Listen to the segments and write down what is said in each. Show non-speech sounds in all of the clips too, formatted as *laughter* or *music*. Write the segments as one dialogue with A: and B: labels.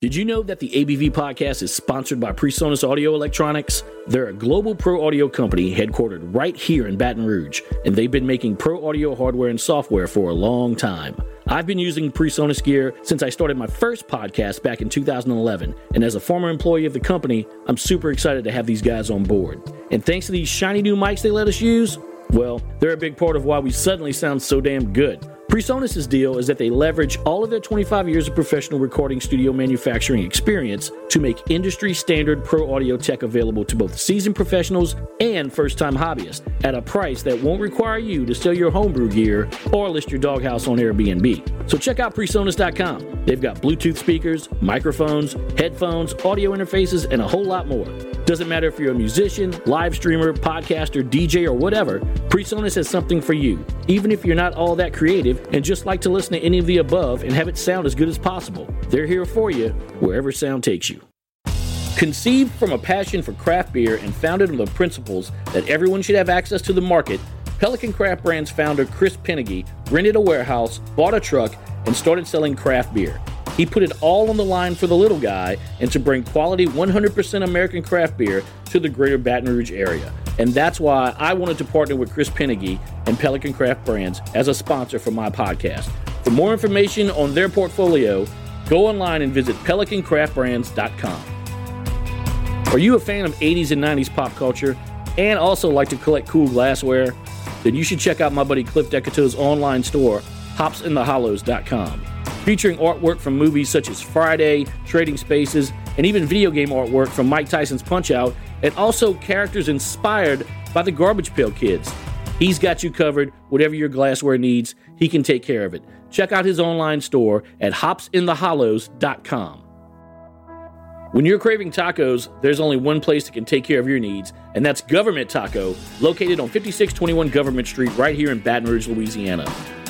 A: Did you know that the ABV podcast is sponsored by PreSonus Audio Electronics? They're a global pro audio company headquartered right here in Baton Rouge, and they've been making pro audio hardware and software for a long time. I've been using PreSonus gear since I started my first podcast back in 2011, and as a former employee of the company, I'm super excited to have these guys on board. And thanks to these shiny new mics they let us use, well, they're a big part of why we suddenly sound so damn good. PreSonus' deal is that they leverage all of their 25 years of professional recording studio manufacturing experience to make industry standard pro audio tech available to both seasoned professionals and first time hobbyists at a price that won't require you to sell your homebrew gear or list your doghouse on Airbnb. So check out PreSonus.com. They've got Bluetooth speakers, microphones, headphones, audio interfaces, and a whole lot more. Doesn't matter if you're a musician, live streamer, podcaster, DJ, or whatever, PreSonus has something for you, even if you're not all that creative and just like to listen to any of the above and have it sound as good as possible. They're here for you wherever sound takes you. Conceived from a passion for craft beer and founded on the principles that everyone should have access to the market, Pelican Craft Brands founder Chris Pennegy rented a warehouse, bought a truck, and started selling craft beer. He put it all on the line for the little guy and to bring quality 100% American craft beer to the greater Baton Rouge area. And that's why I wanted to partner with Chris Pennegy and Pelican Craft Brands as a sponsor for my podcast. For more information on their portfolio, go online and visit pelicancraftbrands.com. Are you a fan of 80s and 90s pop culture and also like to collect cool glassware? Then you should check out my buddy Cliff Decato's online store, hopsinthehollows.com featuring artwork from movies such as Friday, Trading Spaces, and even video game artwork from Mike Tyson's Punch Out, and also characters inspired by the Garbage Pail Kids. He's got you covered. Whatever your glassware needs, he can take care of it. Check out his online store at hopsinthehollows.com. When you're craving tacos, there's only one place that can take care of your needs, and that's Government Taco, located on 5621 Government Street right here in Baton Rouge, Louisiana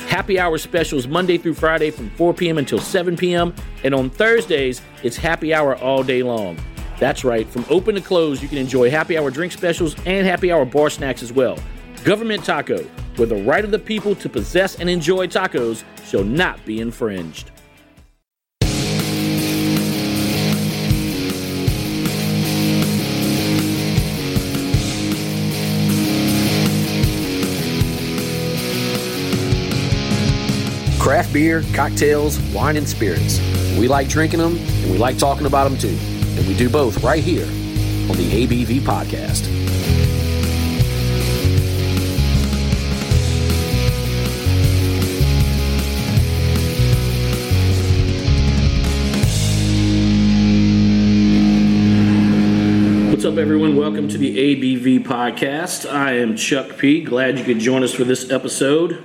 A: happy hour specials Monday through Friday from 4 p.m. until 7 p.m. And on Thursdays, it's happy hour all day long. That's right, from open to close, you can enjoy happy hour drink specials and happy hour bar snacks as well. Government Taco, where the right of the people to possess and enjoy tacos shall not be infringed.
B: craft beer, cocktails, wine, and spirits. We like drinking them and we like talking about them too. And we do both right here on the ABV Podcast.
A: What's up, everyone? Welcome to the ABV Podcast. I am Chuck P. Glad you could join us for this episode.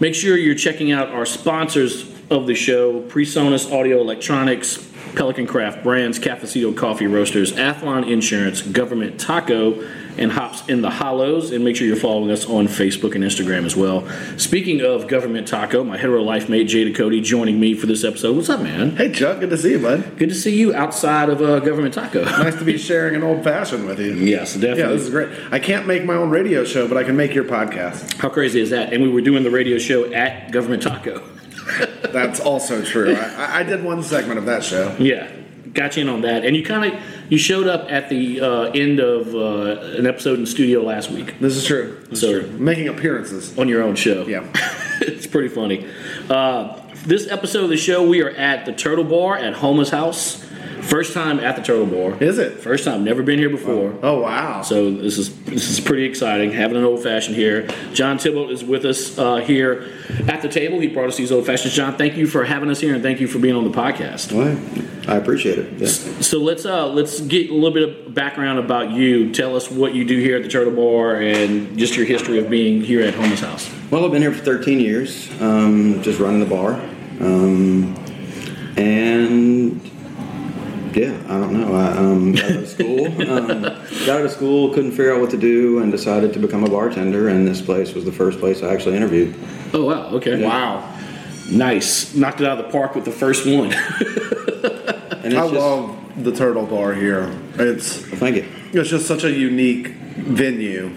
A: Make sure you're checking out our sponsors of the show PreSonus Audio Electronics, Pelican Craft Brands, Cafecito Coffee Roasters, Athlon Insurance, Government Taco, and Hops in the Hollows. And make sure you're following us on Facebook and Instagram as well. Speaking of Government Taco, my hetero life mate Jada Cody joining me for this episode. What's up, man?
C: Hey, Chuck. Good to see you, bud.
A: Good to see you outside of uh, Government Taco.
C: nice to be sharing an old fashioned with
A: *laughs*
C: you.
A: Yes, definitely.
C: Yeah, this is great. I can't make my own radio show, but I can make your podcast.
A: How crazy is that? And we were doing the radio show at Government Taco.
C: That's also true. I, I, did one segment of that show.
A: Yeah, got you in on that, and you kind of you showed up at the uh, end of uh, an episode in studio last week.
C: This is true. This
A: so
C: is true. making appearances
A: on your own show.
C: Yeah,
A: *laughs* it's pretty funny. Uh, this episode of the show, we are at the Turtle Bar at Homa's house. First time at the Turtle Bar.
C: Is it?
A: First time. Never been here before.
C: Oh, oh wow!
A: So this is this is pretty exciting. Having an old fashioned here. John Tibble is with us uh, here at the table. He brought us these old fashions. John, thank you for having us here, and thank you for being on the podcast.
D: Well, I appreciate it. Yeah.
A: So let's uh, let's get a little bit of background about you. Tell us what you do here at the Turtle Bar and just your history of being here at Homer's house.
D: Well, I've been here for 13 years, um, just running the bar, um, and yeah, I don't know. I um, got out of school, um, got out of school, couldn't figure out what to do, and decided to become a bartender. And this place was the first place I actually interviewed.
A: Oh wow! Okay.
C: Yeah. Wow.
A: Nice. Knocked it out of the park with the first one.
C: Oh, I just, love the Turtle Bar here. It's
D: Well, thank you.
C: it's just such a unique venue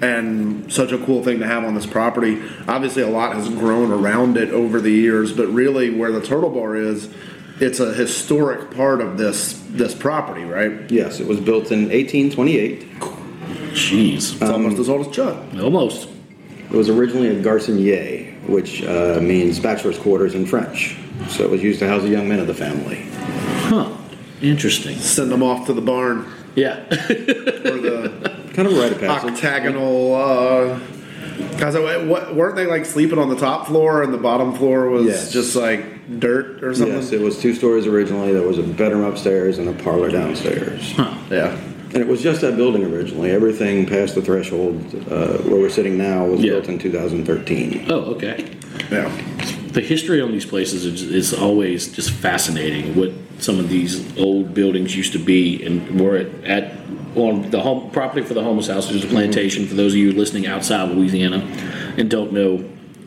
C: and such a cool thing to have on this property. Obviously, a lot has grown around it over the years, but really, where the Turtle Bar is, it's a historic part of this this property, right?
D: Yes, it was built in 1828.
A: *laughs* Jeez.
D: Um,
C: It's almost as old as Chuck.
A: Almost.
D: It was originally a garçonnier, which uh, means bachelor's quarters in French. So it was used to house the young men of the family.
A: Huh. Interesting.
C: Send them off to the barn
A: Yeah. *laughs*
C: or
D: *laughs*
C: the
D: Kind of a rite of passage.
C: octagonal. Uh, Cause I, what, weren't they like sleeping on the top floor and the bottom floor was
D: Yes.
C: just like dirt or something?
D: Yes, it was two stories originally. There was a bedroom upstairs and a parlor downstairs.
C: Yeah.
D: And it was just that building originally. Everything past the threshold uh, where we're sitting now was
A: Yeah.
D: built in 2013.
A: oh, okay.
C: Yeah.
A: The history on these places is, is always just fascinating. What some of these old buildings used to be, and were it at on the home property for the homeless house, which is a plantation. For those of you listening outside of Louisiana and don't know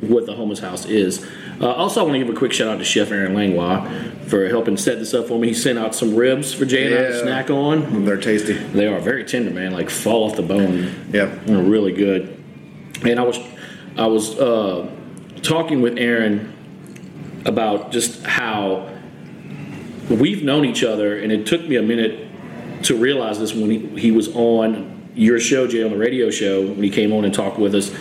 A: what the homeless house is, uh, also I want to give a quick shout out to Chef Aaron Langlois for helping set this up for me. He sent out some ribs for Jay and I to
C: Yeah.
A: snack on.
C: They're tasty.
A: They are very tender, man. Like fall off the bone.
C: Yeah.
A: They're really good. And I was, I was uh, talking with Aaron about just how we've known each other, and it took me a minute to realize this when he, he was on your show, Jay, on the radio show when he came on and talked with us.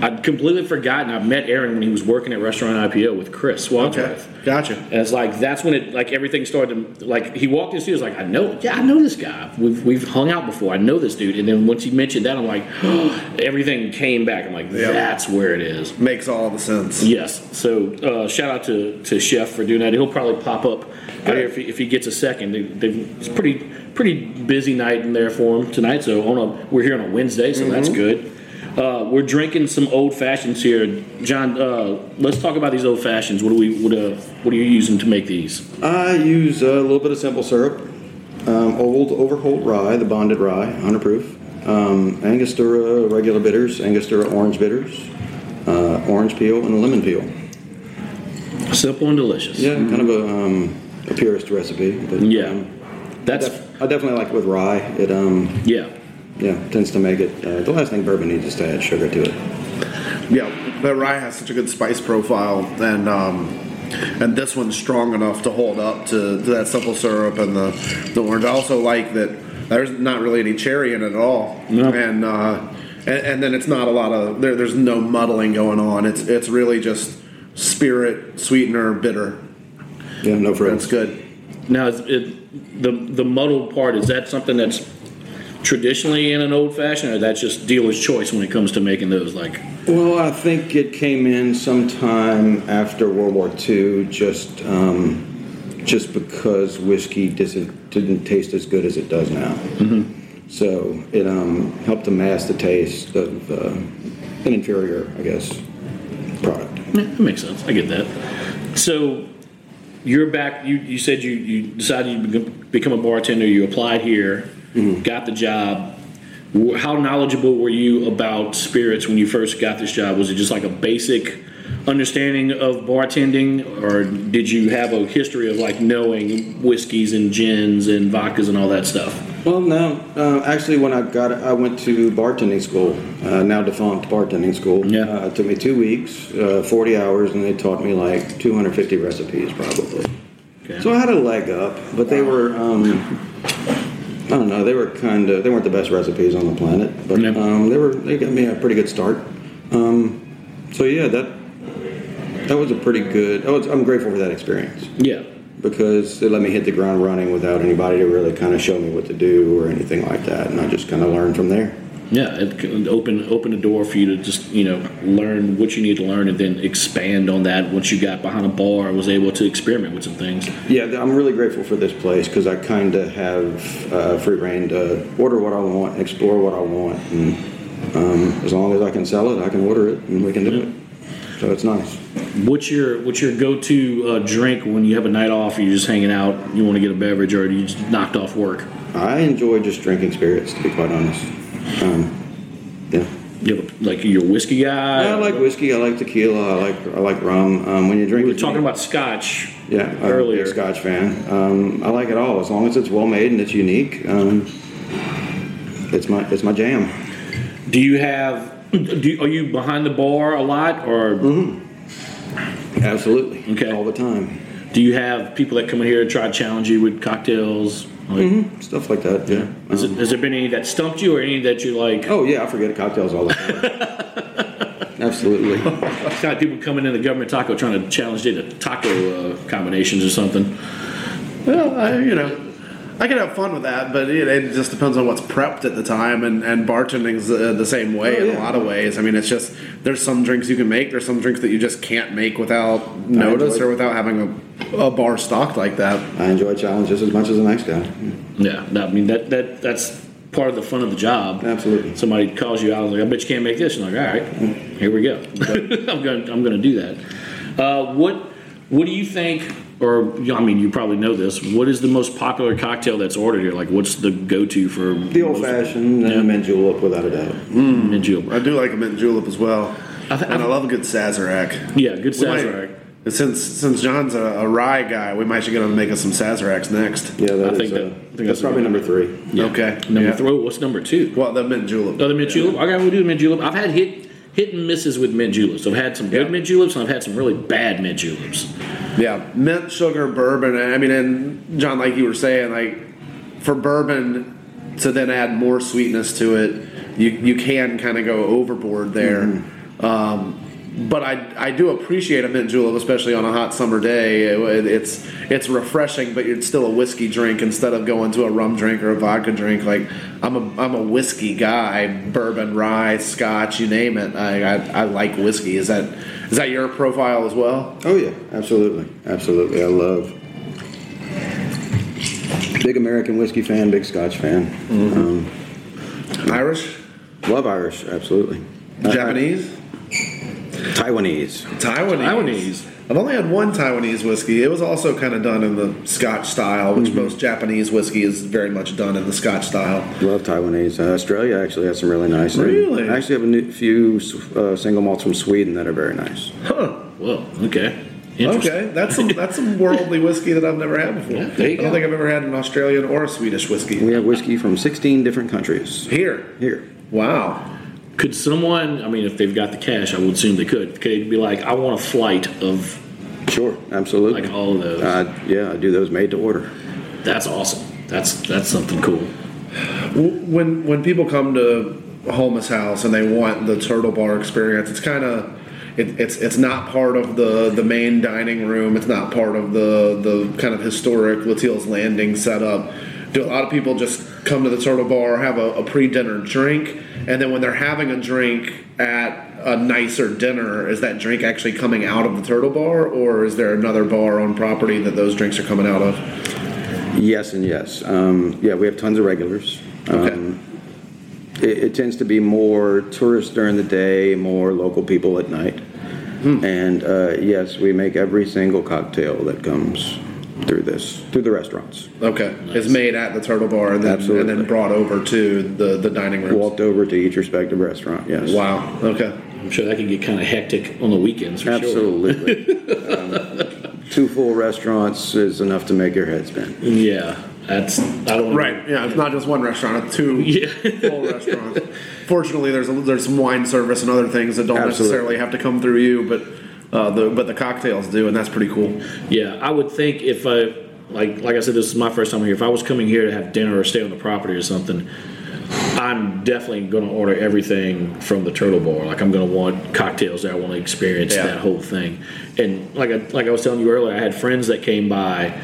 A: I'd completely forgotten I met Aaron when he was working at Restaurant IPO with Chris Wadsworth.
C: Okay. Gotcha.
A: And it's like that's when it like everything started to like he walked in the studio, was like, I know yeah, I know this guy. We've we've hung out before, I know this dude. And then once he mentioned that, I'm like, *gasps* everything came back. I'm like,
C: Yeah.
A: that's where it is.
C: Makes all the sense.
A: Yes. So uh, shout out to, to Chef for doing that. He'll probably pop up out here if he, if he gets a second. They, they, it's pretty pretty busy night in there for him tonight. So on a we're here on a Wednesday, so that's good. Uh, we're drinking some old fashions here, John. Uh, let's talk about these old fashions. What do we what uh, what are you using to make these?
D: I use a little bit of simple syrup, um, old Overholt rye, the bonded rye, 100 proof, um, Angostura regular bitters, Angostura orange bitters, uh, orange peel, and lemon peel.
A: Simple and delicious.
D: Yeah, kind of a, um, a purist recipe. But,
A: Mm-hmm. Yeah.
D: um, I,
A: That's
D: def- I definitely like it with rye. It um,
A: yeah.
D: yeah tends to make it. Uh, the last thing bourbon needs is to add sugar to it.
C: Yeah, but rye has such a good spice profile, and um, and this one's strong enough to hold up to, to that simple syrup and the the orange. I also like that there's not really any cherry in it at all,
A: No.
C: and, uh, and and then it's not a lot of there. There's no muddling going on. It's it's really just spirit, sweetener, bitter.
D: Yeah, no
C: It's
D: frills.
C: good.
A: Now is it, the the muddled part is that something that's traditionally in an old fashioned, or that's just dealer's choice when it comes to making those? Like
D: Well, I think it came in sometime after World War II, just um, just because whiskey dis- didn't taste as good as it does now. Mm-hmm. So it um, helped to mask the taste of uh, an inferior, I guess, product.
A: yeah, that makes sense. I get that. So you're back. You you said you you decided you become- become a bartender. You applied here, got the job. Wh- How knowledgeable were you about spirits when you first got this job? Was it just like a basic understanding of bartending, or did you have a history of like knowing whiskeys and gins and vodkas and all that stuff?
D: Well, no. Uh, actually, when I got, I went to bartending school, uh, now defunct bartending school.
A: Yeah.
D: Uh, it took me two weeks, uh, 40 hours, and they taught me like 250 recipes probably.
A: Okay.
D: So I had a leg up, but they were, um, I don't know, they were kind of, they weren't the best recipes on the planet, but
A: Yeah.
D: um, they were, they got me a pretty good start. Um, so yeah, that that was a pretty good. I was, I'm grateful for that experience
A: Yeah.
D: because they let me hit the ground running without anybody to really kind of show me what to do or anything like that, and I just kind of learned from there.
A: Yeah, it can open open the door for you to just you know learn what you need to learn and then expand on that once you got behind a bar and was able to experiment with some things.
D: Yeah, th- I'm really grateful for this place because I kind of have uh, free reign to order what I want, explore what I want, and um, as long as I can sell it, I can order it, and we can do it. So it's nice.
A: What's your what's your go to uh, drink when you have a night off? Or you're just hanging out. You want to get a beverage, or you just knocked off work.
D: I enjoy just drinking spirits, to be quite honest. Um, yeah.
A: You have a, like your whiskey guy.
D: I like whiskey. I like tequila. I like I like rum. Um, when you drink,
A: we were
D: it-
A: talking about scotch
D: Yeah, I'm a big
A: Earlier.
D: Scotch fan. Um, I like it all as long as it's well made and it's unique. Um, it's my it's my jam.
A: Do you have? Do are you behind the bar a lot, or
D: Mm-hmm. Absolutely.
A: Okay.
D: All the time.
A: do you have people that come in here and try to challenge you with cocktails? Like,
D: Stuff like that. Yeah. Uh,
A: has, it- has there been any that stumped you, or any that you like?
D: Oh yeah, I forget cocktails all the
A: *laughs*
D: time. Absolutely.
A: It's kind of people coming in the government taco trying to challenge you to taco uh, combinations or something.
C: Well, I, you know, I can have fun with that, but it, it just depends on what's prepped at the time, and and bartending's uh, the, the same way in a lot of ways. I mean, it's just there's some drinks you can make, there's some drinks that you just can't make without notice
D: enjoy-
C: or without having a, a bar stocked like that.
D: I enjoy challenges as much as the next guy.
A: Yeah, no, I mean that that that's part of the fun of the job.
D: Absolutely.
A: Somebody calls you out and like, I bet you can't make this. And like, all right, here we go. *laughs* I'm going. I'm going to do that. Uh, what What do you think? Or you know, I mean, you probably know this. What is the most popular cocktail that's ordered here? Like, what's the go to for Mm,
D: The old fashioned and
A: Yeah.
D: the mint julep, without a doubt.
A: mint julep?
C: I do like a mint julep as well,
A: I th-
C: and
A: I-
C: I love a good sazerac.
A: Yeah, good
C: We might-
A: sazerac.
C: Since since John's a, a rye guy, we might should get him to make us some sazeracs next.
D: Yeah, that
A: I
D: is,
A: think that-
D: uh,
A: I think
D: that's
A: that's a
D: probably
A: good-
D: number three.
C: Okay.
A: Number
C: yeah.
A: three. oh, What's number two?
C: Well, the mint julep.
A: Oh, the mint julep. Okay, we'll do the mint julep. I've had hit hit and misses with mint juleps. I've had some good
C: Yeah.
A: mint juleps, and I've had some really bad mint juleps.
C: Yeah, mint, sugar, bourbon. I mean, and John, like you were saying, like for bourbon to then add more sweetness to it, you you can kind of go overboard there. Um, but I I do appreciate a mint julep, especially on a hot summer day. It- it's it's refreshing, but it's still a whiskey drink instead of going to a rum drink or a vodka drink. Like I'm a I'm a whiskey guy, bourbon, rye, scotch, you name it. I I, I like whiskey. Is that is that your profile as well?
D: Oh yeah, absolutely, absolutely. I love big American whiskey fan, big Scotch fan.
A: Mm-hmm.
D: Um,
C: Irish.
D: love Irish, absolutely.
A: Uh,
C: Japanese?
D: Taiwanese.
C: Taiwanese.
A: Taiwanese.
C: I've only had one Taiwanese whiskey. It was also kind of done in the Scotch style, which
A: Mm-hmm.
C: most Japanese whiskey is very much done in the Scotch style.
D: Love Taiwanese. Uh, Australia actually has some really nice. and
C: Really?
D: I actually have a new, few uh, single malts from Sweden that are very nice.
C: Huh.
A: Whoa. Okay. Interesting.
C: Okay, that's some
A: *laughs*
C: that's some worldly whiskey that I've never had before.
A: Yeah, there you
C: I don't
A: go.
C: think I've ever had an Australian or a Swedish whiskey.
D: We have whiskey from 16 different countries.
C: Here.
D: Here.
C: Wow.
A: Could someone? I mean, if they've got the cash, I would assume they could. Could they be like, I want a flight of
D: Sure, absolutely.
A: like all of those?
D: uh, yeah, I do those made to order.
A: that's awesome. That's that's something cool.
C: W- When when people come to Holmes House and they want the turtle bar experience, it's kind of it, it's it's not part of the the main dining room. It's not part of the the kind of historic Latiel's Landing setup. Do a lot of people just come to the turtle bar, have a, a pre dinner drink, and then when they're having a drink at a nicer dinner, is that drink actually coming out of the turtle bar, or is there another bar on property that those drinks are coming out of?
D: Yes and yes. Um, yeah, we have tons of regulars.
C: Okay.
D: Um, it, it tends to be more tourists during the day, more local people at night.
C: Hmm.
D: And uh, yes, we make every single cocktail that comes through this, through the restaurants.
C: Okay, it's made at the Turtle Bar and then, and
D: Absolutely.
C: then brought over to the, the dining rooms.
D: Walked over to each respective restaurant, yes.
C: Wow. Okay.
A: I'm sure that can get kind of hectic on the weekends. For
C: *laughs*
D: Absolutely. um, two full restaurants is enough to make your head spin.
A: Sure. Yeah. That's I don't
C: Right. Yeah. It's not just one restaurant. It's two
A: Yeah. *laughs*
C: full restaurants. Fortunately, there's a, there's some wine service and other things that don't
D: Absolutely.
C: necessarily have to come through you, but uh, the but the cocktails do, and that's pretty cool.
A: Yeah, I would think if I like like I said, this is my first time here. If I was coming here to have dinner or stay on the property or something, I'm definitely going to order everything from the Turtle Bar. Like I'm going to want cocktails there. I want to experience
C: Yeah.
A: that whole thing. And like I, like I was telling you earlier, I had friends that came by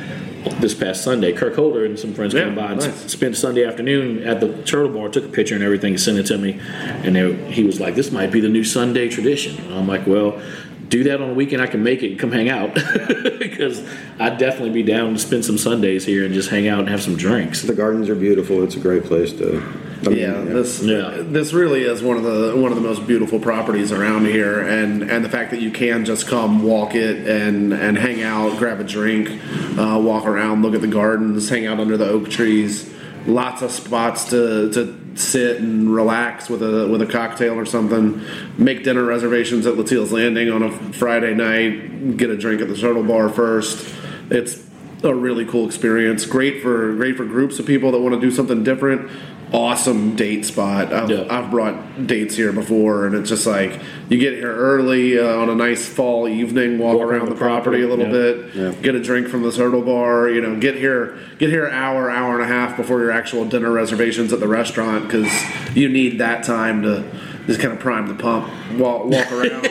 A: this past Sunday. Kirk Holder and some friends came
C: Yeah,
A: by and
C: nice.
A: spent Sunday afternoon at the Turtle Bar, took a picture and everything, sent it to me, and they, he was like, "This might be the new Sunday tradition." And I'm like, "Well, do that on a weekend. I can make it. Come hang out, *laughs* because I'd definitely be down to spend some Sundays here and just hang out and have some drinks."
D: The gardens are beautiful. It's a great place to. I mean,
C: Yeah, this
A: Yeah.
C: this really is one of the one of the most beautiful properties around here, and and the fact that you can just come walk it and and hang out, grab a drink, uh, walk around, look at the gardens, hang out under the oak trees. Lots of spots to to sit and relax with a with a cocktail or something. Make dinner reservations at Latiel's Landing on a Friday night. Get a drink at the shuttle bar first. it's a really cool experience. Great for great for groups of people that want to do something different. Awesome date spot. I've,
A: Yeah.
C: I've brought dates here before, and it's just like you get here early uh, on a nice fall evening, walk, around, the property, a little bit, get a drink from this hurdle bar. You know, get here get here an hour, hour and a half before your actual dinner reservations at the restaurant because you need that time to just kind of prime the pump, walk, walk *laughs* around,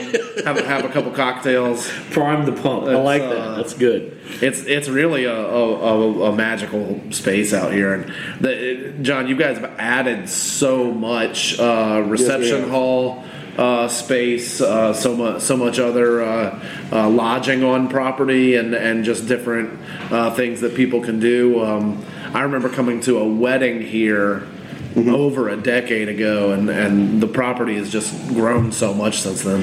C: have, a- have a couple cocktails.
A: Prime the pump. I
C: That's,
A: like
C: uh,
A: that. That's good.
C: It's it's really a, a, a, a magical space out here, and the, it- John, you guys have added so much uh, reception
D: have.
C: hall uh, space, uh, so much so much other uh, uh, lodging on property, and and just different uh, things that people can do. Um, I remember coming to a wedding here. Over a decade ago, and, and the property has just grown so much since then.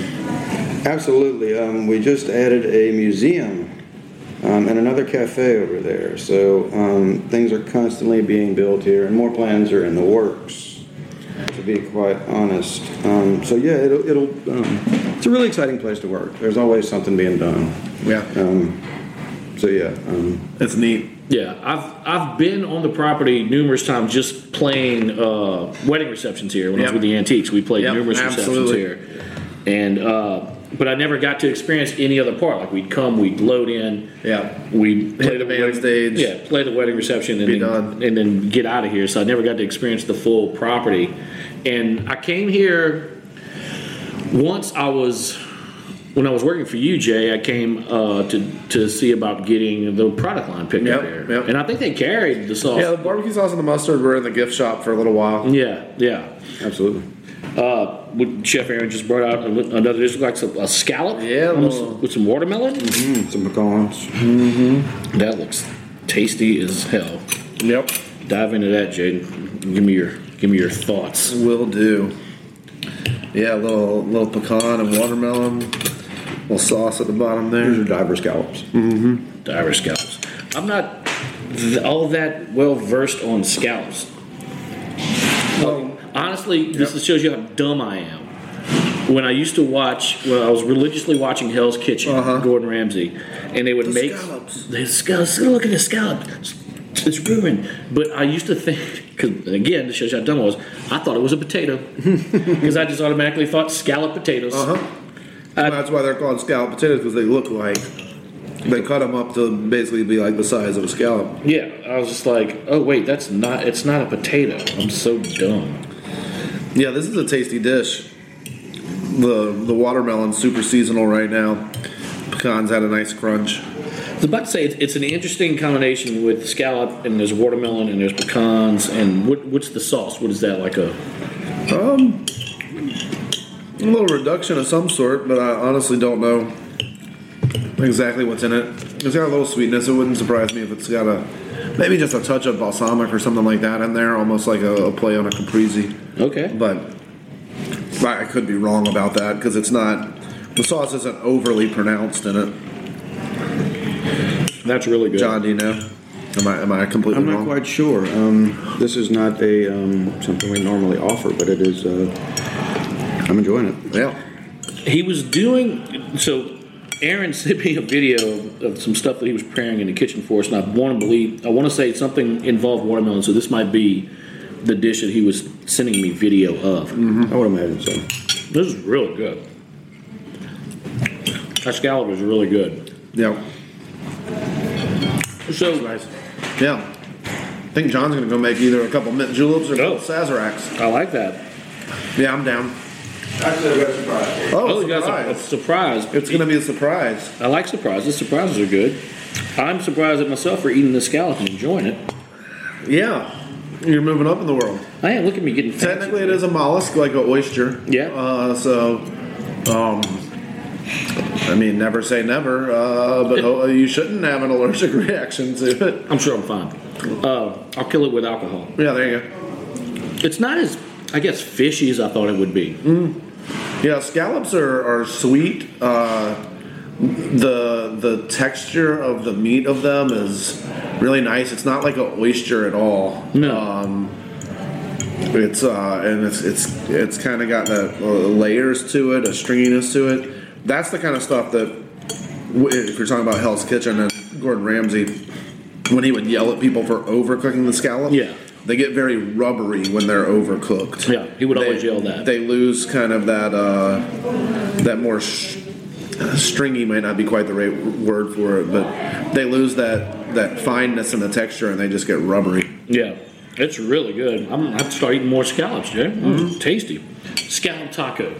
D: Absolutely. Um, we just added a museum um, and another cafe over there. So um, things are constantly being built here, and more plans are in the works. To be quite honest, um, so yeah, it'll, it'll um, it's a really exciting place to work. There's always something being done.
C: Yeah,
D: So yeah, um,
C: it's neat.
A: Yeah, I've I've been on the property numerous times just playing uh, wedding receptions here. When I was
C: Yep.
A: with the antiques, we played
C: Yep,
A: numerous
C: absolutely.
A: receptions here, and uh, but I never got to experience any other part. Like we'd come, we'd load in,
C: Yeah.
A: we'd play
C: Hit the band
A: wedding-
C: stage.
A: yeah, play the wedding reception, and
C: Be
A: then,
C: done.
A: and then get out of here. So I never got to experience the full property, and I came here once I was when I was working for you, Jay, I came uh, to to see about getting the product line picked up
C: Yep,
A: there,
C: yep.
A: and I think they carried the sauce.
C: Yeah, the barbecue sauce and the mustard were in the gift shop for a little while.
A: yeah, yeah.
D: absolutely.
A: Uh, what Chef Aaron just brought out another. This looks like a, a scallop,
C: Yeah,
A: almost with
C: little-
A: some, watermelon.
D: Mm, some pecans.
A: That looks tasty as hell.
C: Yep,
A: Dive into that, Jaden. Give me your give me your thoughts.
C: will do. Yeah, a little little pecan and watermelon, little sauce at the bottom
D: These are
C: there.
D: diver scallops.
A: The Irish scallops. I'm not th- all that well versed on scallops. Honestly, this shows you how dumb I am. When I used to watch, well, I was religiously watching Hell's Kitchen, Gordon Ramsay, and they would make
C: scallops.
A: the scallops. Look at the scallop. It's- It's ruined. But I used to think, because again, this shows you how dumb I was. I thought it was a potato *laughs* because I just automatically thought scallop potatoes.
C: Uh huh. That's why they're called scallop potatoes because they look like they cut them up to basically be like the size of a scallop.
A: Yeah, I was just like, oh wait, that's not. It's not a potato. I'm so dumb.
C: Yeah, this is a tasty dish. The the watermelon's super seasonal right now. Pecans had a nice crunch.
A: I was about to say it's, it's an interesting combination with scallop and there's watermelon and there's pecans and what, what's the sauce? What is that like a?
C: Um, a little reduction of some sort, but I honestly don't know exactly what's in it. It's got a little sweetness. It wouldn't surprise me if it's got a maybe just a touch of balsamic or something like that in there, almost like a, a play on a caprese.
A: Okay.
C: But I I could be wrong about that because it's not. The sauce isn't overly pronounced in it.
A: That's really good.
C: John, do you know? Am I am I completely
D: I'm not
C: wrong?
D: quite sure. Um, this is not a um, something we normally offer, but it is. Uh, I'm enjoying it.
C: yeah.
A: He was doing so. Aaron *laughs* sent me a video of some stuff that he was preparing in the kitchen for us, and I want to believe I want to say something involved watermelon. So this might be the dish that he was sending me video of.
D: I would imagine so.
A: This is really good. That scallop is really good.
C: Yeah.
A: So
C: Yeah. I think John's gonna go make either a couple mint juleps or a couple
A: Oh.
C: sazeracs.
A: I like that.
C: Yeah, I'm down.
D: Actually, I got surprised.
C: Oh,
A: Oh, you guys a, a
C: surprise.
A: surprise.
C: It's going to be a surprise.
A: I like surprises. Surprises are good. I'm surprised at myself for eating this scallop and enjoying it.
C: Yeah. You're moving up in the world.
A: I am. Look at me getting fancy.
C: Technically, it is a mollusk, like an oyster.
A: Yeah.
C: Uh, so, um, I mean, never say never, uh, but ho- you shouldn't have an allergic *laughs* reaction to it.
A: I'm sure I'm fine. Uh, I'll kill it with alcohol.
C: Yeah, there you go.
A: It's not as, I guess, fishy as I thought it would be.
C: Yeah, scallops are, are sweet. Uh, the the texture of the meat of them is really nice. It's not like an oyster at all.
A: No.
C: Um, It's uh, and it's it's it's kind of got the uh, layers to it, a stringiness to it. That's the kind of stuff that w- if you're talking about Hell's Kitchen and Gordon Ramsay when he would yell at people for overcooking the scallop.
A: Yeah.
C: They get very rubbery when they're overcooked.
A: Yeah, he would
C: they,
A: always yell that.
C: They lose kind of that uh, that more sh- stringy might not be quite the right word for it, but they lose that that fineness in the texture and they just get rubbery.
A: Yeah, it's really good. I'm gonna have to start eating more scallops, Jay. Mm, tasty. Scallop taco.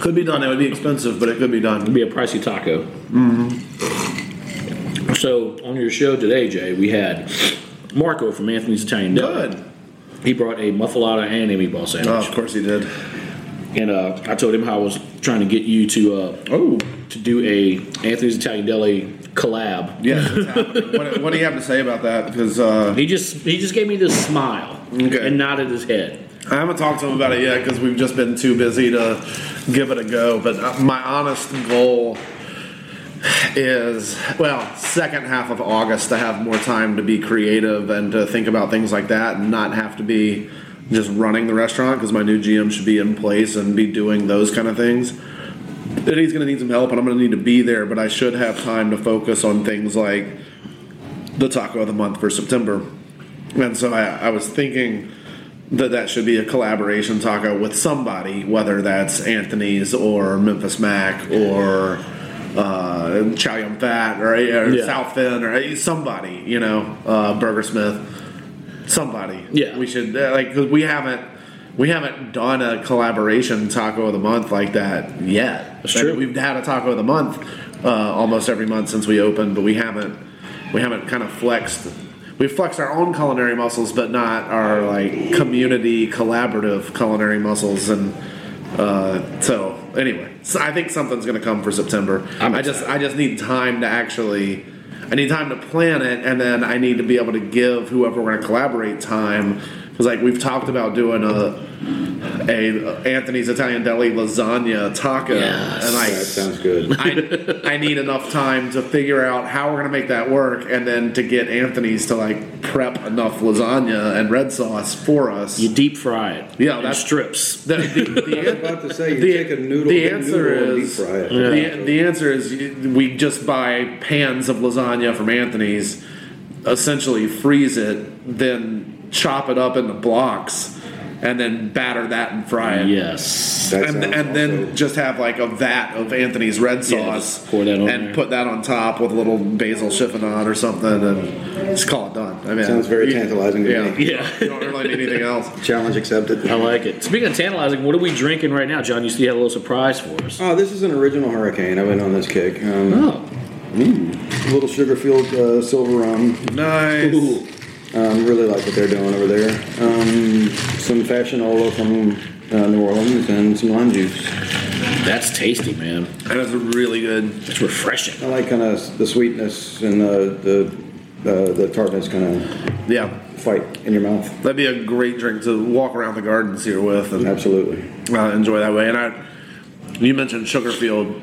C: Could be done. It would be expensive, but it could be done.
A: It'd be a pricey taco. Mm-hmm.
C: Mm-hmm.
A: So on your show today, Jay, we had Marco from Anthony's Italian Deli.
C: Good.
A: He brought a muffalata and a meatball sandwich,
C: Oh, of course he did.
A: and uh, I told him how I was trying to get you to uh,
C: Oh,
A: to do a Anthony's Italian Deli collab.
C: yes. it's happening. what, what do you have to say about that? Because uh,
A: He just he just gave me this smile
C: Okay.
A: and nodded his head.
C: I haven't talked to him about it yet because we've just been too busy to give it a go. But uh, my honest goal is well, second half of August to have more time to be creative and to think about things like that and not have to be just running the restaurant because my new GM should be in place and be doing those kind of things. And he's going to need some help and I'm going to need to be there, but I should have time to focus on things like the taco of the month for September. And so I, I was thinking that that should be a collaboration taco with somebody, whether that's Anthony's or Memphis Mac or uh, Chow Yum Fat or, or
A: Yeah.
C: South Fin or somebody, you know, uh, Burger Smith, somebody.
A: Yeah.
C: we should uh, like 'cause we haven't we haven't done a collaboration taco of the month like that yet.
A: That's
C: I mean,
A: true.
C: we've had a taco of the month uh, almost every month since we opened, but we haven't we haven't kind of flexed. We've flexed our own culinary muscles, but not our like community collaborative culinary muscles. And uh, so, anyway, so I think something's going to come for September.
A: I'm
C: I just I just need time to actually. I need time to plan it, and then I need to be able to give whoever we're going to collaborate time. Because like we've talked about doing a a Anthony's Italian Deli lasagna taco,
A: Yes.
C: and like
D: That sounds good.
C: I, *laughs* I need enough time to figure out how we're gonna make that work, and then to get Anthony's to like prep enough lasagna and red sauce for us.
A: You deep fry it.
C: Yeah,
A: in
C: that's-
A: strips.
C: The,
D: *laughs*
C: the- the
D: I was about to say, you take a noodle,
C: the
D: big
C: answer
D: noodle and
C: is
D: deep fry it.
C: the, the answer is you- we just buy pans of lasagna from Anthony's, essentially freeze it, then chop it up into blocks, and then batter that and fry it.
A: Yes.
D: That
C: and,
D: sounds
C: and then
D: also-
C: just have like a vat of Anthony's red
A: Yeah,
C: sauce,
A: just pour that on
C: and
A: there.
C: put that on top with a little basil chiffonade or something, and just call it done. I mean,
D: Sounds very
C: you-
D: tantalizing to
C: yeah,
D: me.
A: Yeah.
C: you don't really need anything else.
D: challenge accepted.
A: I like it. Speaking of tantalizing, what are we drinking right now, John? You see, you had a little surprise for us.
D: Oh, this is an original hurricane. I went on this kick. Um,
A: Oh,
D: a Little Sugarfield uh, Silver Rum.
C: Nice.
A: Ooh.
D: Um, really like what they're doing over there. Um, some fashionola from uh, New Orleans and some lime juice.
A: that's tasty, man.
C: That is really good.
A: It's refreshing.
D: I like kind of the sweetness and the the uh, the tartness kind of
C: Yeah,
D: fight in your mouth.
C: that'd be a great drink to walk around the gardens here with, and
D: Absolutely.
C: uh, enjoy that way. And I, you mentioned Sugarfield.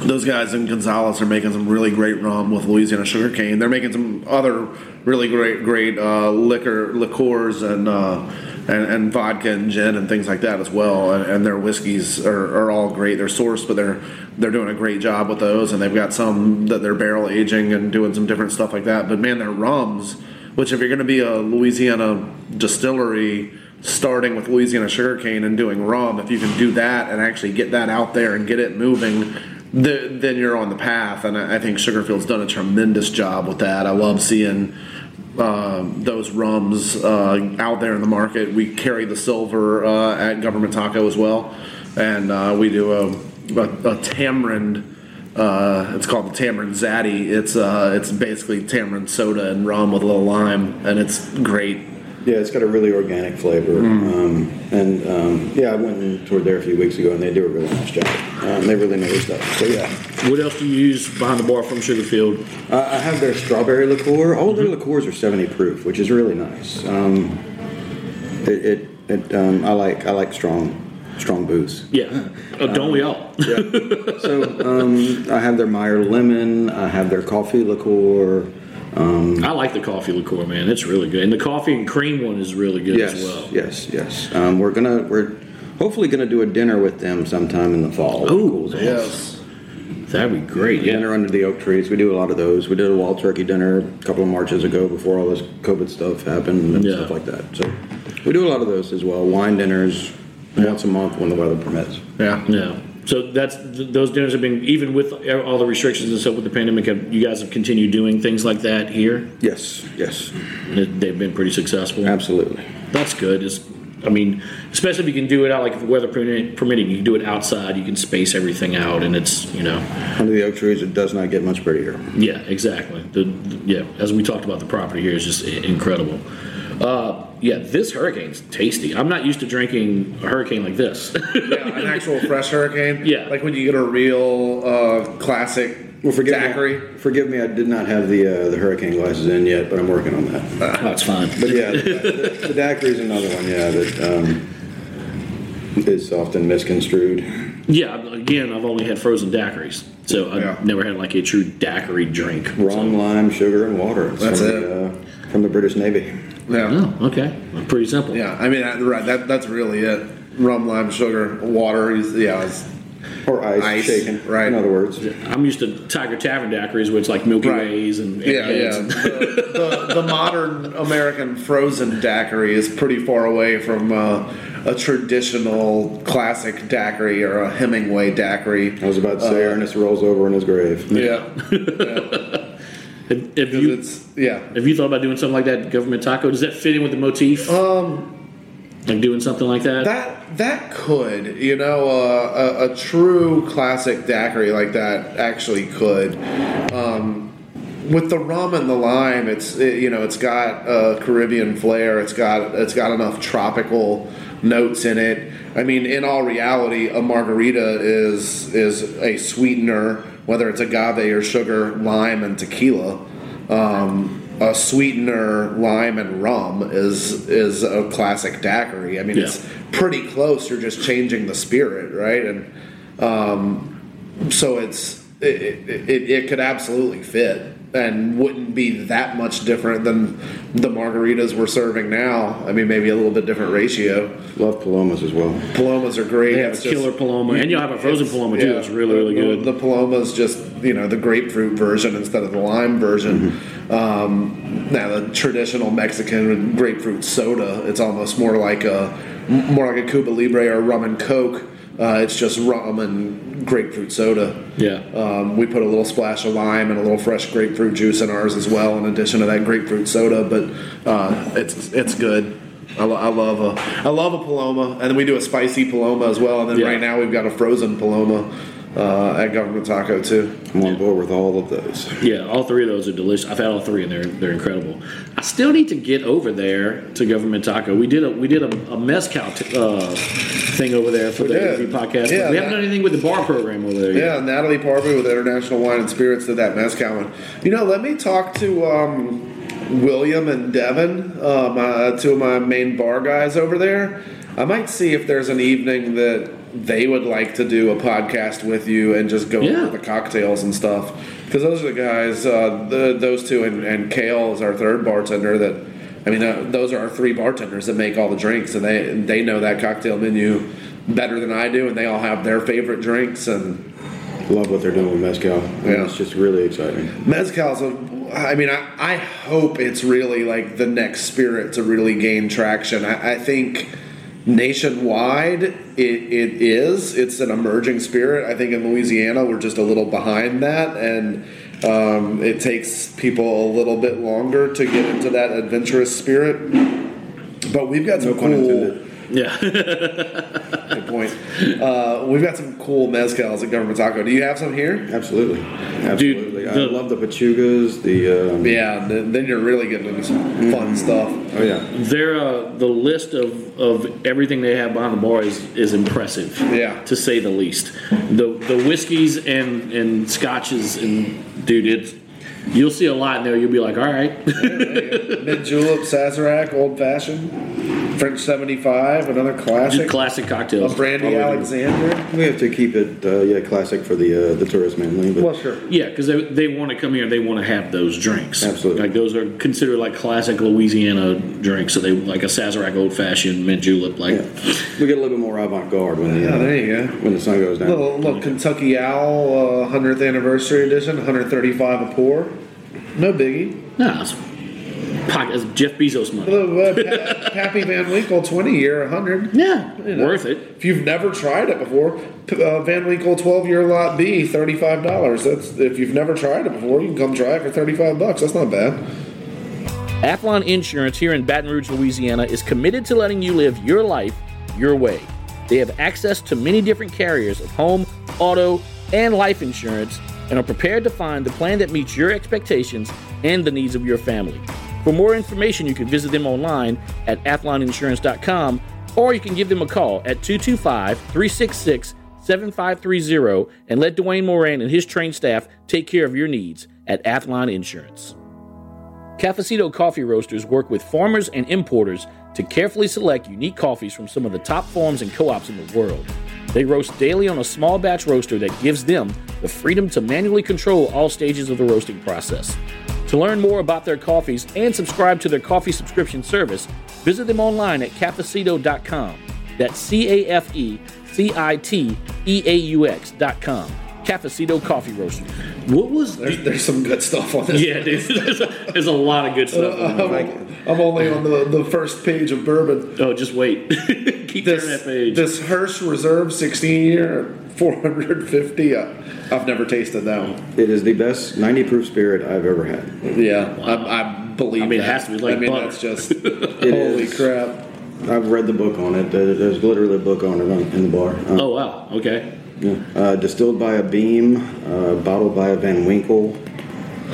C: Those guys in Gonzales are making some really great rum with Louisiana sugarcane. They're making some other really great, great uh, liquor, liqueurs, and, uh, and and vodka and gin and things like that as well. And, and their whiskeys are, are all great. They're sourced, but they're they're doing a great job with those. And they've got some that they're barrel aging and doing some different stuff like that. But man, their rums, which if you're going to be a Louisiana distillery, starting with Louisiana sugarcane and doing rum, if you can do that and actually get that out there and get it moving, th- then you're on the path. And I I think Sugarfield's done a tremendous job with that. I love seeing um, those rums uh, out there in the market. We carry the silver uh, at Government Taco as well, and uh, we do a, a, a tamarind. Uh, it's called the tamarind zaddy. It's uh, it's basically tamarind soda and rum with a little lime, and it's great.
D: Yeah, it's got a really organic flavor. Um, and um, yeah, I went and toured there a few weeks ago, and they do a really nice job. Um, they really know their stuff. So yeah,
A: What else do you use behind the bar from Sugarfield?
D: uh, I have their strawberry liqueur. All their liqueurs are seventy proof, which is really nice. Um, it, it, it um, I like I like strong strong booze.
A: *laughs* Yeah. Oh, don't we all?
D: Yeah. so um, I have their Meyer lemon. I have their coffee liqueur.
A: I like the coffee liqueur, man. It's really good. And the coffee and cream one is really good
D: yes,
A: as well.
D: Yes, yes. Um, we're gonna we're hopefully gonna do a dinner with them sometime in the fall. when it
A: Ooh,
D: cools off.
C: Yes.
A: That'd be great. Yeah.
D: Dinner under the oak trees. We do a lot of those. We did a wild turkey dinner a couple of marches ago before all this COVID stuff happened and
A: Yeah.
D: stuff like that. So we do a lot of those as well. Wine dinners once a month when the weather permits.
C: Yeah.
A: Yeah. So that's th- those dinners have been even with all the restrictions and stuff with the pandemic. Have, you guys have continued doing things like that here.
D: Yes, yes,
A: They- They've been pretty successful.
D: absolutely.
A: That's good. It's, I mean, especially if you can do it out like if the weather permit- permitting, you can do it outside. You can space everything out, and it's you know.
D: Under the oak trees, it does not get much prettier.
A: Yeah, exactly. The, the- yeah, as we talked about, the property here is just i- incredible. Uh, yeah, this hurricane's tasty. I'm not used to drinking a hurricane like this. *laughs*
C: Yeah, an actual fresh hurricane.
A: Yeah.
C: Like when you get a real uh, classic
D: Well, forgive
C: daiquiri.
D: me. Forgive me. I did not have the uh, the hurricane glasses in yet, but I'm working on that.
A: That's fine.
D: But yeah, the, the, the daiquiri is another one. Yeah, that um, is often misconstrued.
A: Yeah, again, I've only had frozen daiquiris, so I've
C: Yeah.
A: never had like a true daiquiri drink.
D: Rum, lime, sugar, and water. It's
C: That's
D: from
C: it.
D: The, uh, from the British Navy.
C: Yeah.
A: Oh, okay, pretty simple.
C: Yeah. I mean, that, right, that, that's really it. Rum, lime, sugar, water. he's- Yeah. It's,
D: Or ice,
C: Ice,
D: shaken.
C: right.
D: In other words.
A: I'm used to Tiger Tavern daiquiris, where it's like Milky
C: Right.
A: Ways and, and
C: yeah, yeah.
A: and-
C: The, the, the modern American frozen daiquiri is pretty far away from uh, a traditional classic daiquiri or a Hemingway daiquiri.
D: I was about to say Ernest rolls over in his grave.
C: Uh, Yeah.
A: Have, have
C: 'Cause
A: you
C: it's, yeah.
A: have you thought about doing something like that? Government taco? Does that fit in with the motif? Um, like doing something like that.
C: That that could, you know, uh, a, a true classic daiquiri like that actually could. Um, with the rum and the lime, it's it, you know, it's got a Caribbean flair. It's got it's got enough tropical notes in it. I mean, in all reality, a margarita is is a sweetener, whether it's agave or sugar, lime and tequila. Um, a sweetener, lime and rum is is a classic daiquiri. I mean,
A: Yeah.
C: it's pretty close. You're just changing the spirit, right? And so it's it, it, it, it could absolutely fit and wouldn't be that much different than the margaritas we're serving now. I mean, maybe a little bit different ratio.
D: Love Palomas as well.
C: Palomas are great.
A: They have
C: It's
A: a killer Paloma, and you'll have a frozen
C: it's-
A: Paloma, too. That's really, really
C: the-
A: good.
C: The Paloma's just you know the grapefruit version instead of the lime version.
A: Mm-hmm.
C: Um, now the traditional Mexican grapefruit soda, it's almost more like a m- more like a Cuba Libre or rum and coke. Uh, it's just rum and grapefruit soda.
A: Yeah.
C: Um, we put a little splash of lime and a little fresh grapefruit juice in ours as well, in addition to that grapefruit soda. But uh, it's it's good. I, lo- I love a I love a Paloma, and then we do a spicy Paloma as well. And then
A: Yeah.
C: right now we've got a frozen Paloma uh, at Government Taco too.
D: I'm on board with all of those.
A: Yeah, all three of those are delicious. I've had all three, and they're they're incredible. I still need to get over there to Government Taco. We did a we did a, a mezcal t- uh, thing over there for the
C: did.
A: AV podcast. but
C: Yeah,
A: we haven't
C: that-
A: done anything with the bar program over there. yet.
C: Yeah, Natalie Parvey with International Wine and Spirits did that mezcal one. You know, let me talk to um, William and Devin, uh, my, two of my main bar guys over there. I might see if there's an evening that they would like to do a podcast with you and just go
A: Yeah.
C: over the cocktails and stuff. Because those are the guys, uh, the, those two, and, and Kale is our third bartender that. I mean, uh, those are our three bartenders that make all the drinks, and they they know that cocktail menu better than I do, and they all have their favorite drinks. And
D: Love what they're doing with mezcal.
C: Yeah.
D: Yeah. It's just really exciting.
C: Mezcal's a, I mean, I, I hope it's really like the next spirit to really gain traction. I, I think nationwide it, it is. It's an emerging spirit. I think in Louisiana we're just a little behind that, and um, it takes people a little bit longer to get into that adventurous spirit. But we've got some
D: pun
C: cool.
D: intended.
A: yeah.
C: *laughs* Good point. Uh, we've got some cool mezcals at Government Taco. Do you have some here?
D: Absolutely. Absolutely. I
A: the-
D: love the pachugas, the. Um,
C: Yeah, then then you're really getting into some fun stuff.
D: Oh, yeah.
A: Their uh, the list of, of everything they have behind the bar is, is impressive.
C: Yeah.
A: to say the least. The the whiskeys and and scotches and dude, it's you'll see a lot in there. You'll be like, all right.
C: Mid julep, Sazerac, old fashioned. French 75, another classic.
A: Just classic cocktails.
C: A Brandy Alexander.
D: We have to keep it, uh, yeah, classic for the uh, the tourists mainly. But
C: Well, sure.
A: Yeah, because they, they want to come here. They want to have those drinks.
D: Absolutely.
A: Like those are considered like classic Louisiana drinks. So they like a Sazerac Old Fashioned, mint julep. Like
D: yeah. we get a little bit more avant garde when the uh,
C: Yeah, there you go.
D: when the sun goes down.
C: Little, little Kentucky Owl uh, 100th anniversary edition, 135 a pour. No biggie.
A: nah, it's pocket, it's Jeff Bezos money.
C: Little, uh, Pa- *laughs* Pappy Van Winkle 20 year 100.
A: Yeah, worth it.
C: If you've never tried it before, p- uh, Van Winkle 12 year lot B, $35. That's If you've never tried it before, you can come try it for 35 bucks. That's not bad.
A: Athlon Insurance here in Baton Rouge, Louisiana is committed to letting you live your life your way. They have access to many different carriers of home, auto, and life insurance and are prepared to find the plan that meets your expectations and the needs of your family. For more information, you can visit them online at athloninsurance.com or you can give them a call at 225 366 7530 and let Dwayne Moran and his trained staff take care of your needs at Athlon Insurance. Cafecito coffee roasters work with farmers and importers to carefully select unique coffees from some of the top farms and co ops in the world. They roast daily on a small batch roaster that gives them the freedom to manually control all stages of the roasting process. To learn more about their coffees and subscribe to their coffee subscription service, visit them online at cafecito.com. That's C A F E C I T E A U X.com. Cafecito Coffee Roasters. What was
C: There's, there's some good stuff on this.
A: Yeah, dude, *laughs* there's a, there's a lot of good stuff. on there.
C: I'm, I'm only on the, the first page of bourbon.
A: Oh, just wait. *laughs* Keep
C: This,
A: turning that page.
C: this Hearst Reserve 16 year, 450. I, uh, I've never tasted that one.
D: It is the best 90 proof spirit I've ever had.
C: Yeah, I, I believe.
A: I mean, it
C: that.
A: has to be like
C: I mean,
A: butter. *laughs*
C: that's just holy
D: is.
C: crap.
D: I've read the book on it. There- There's literally a book on it on- in the bar. Um,
A: oh wow. Okay.
D: yeah. uh, distilled by a Beam, uh, bottled by a Van Winkle.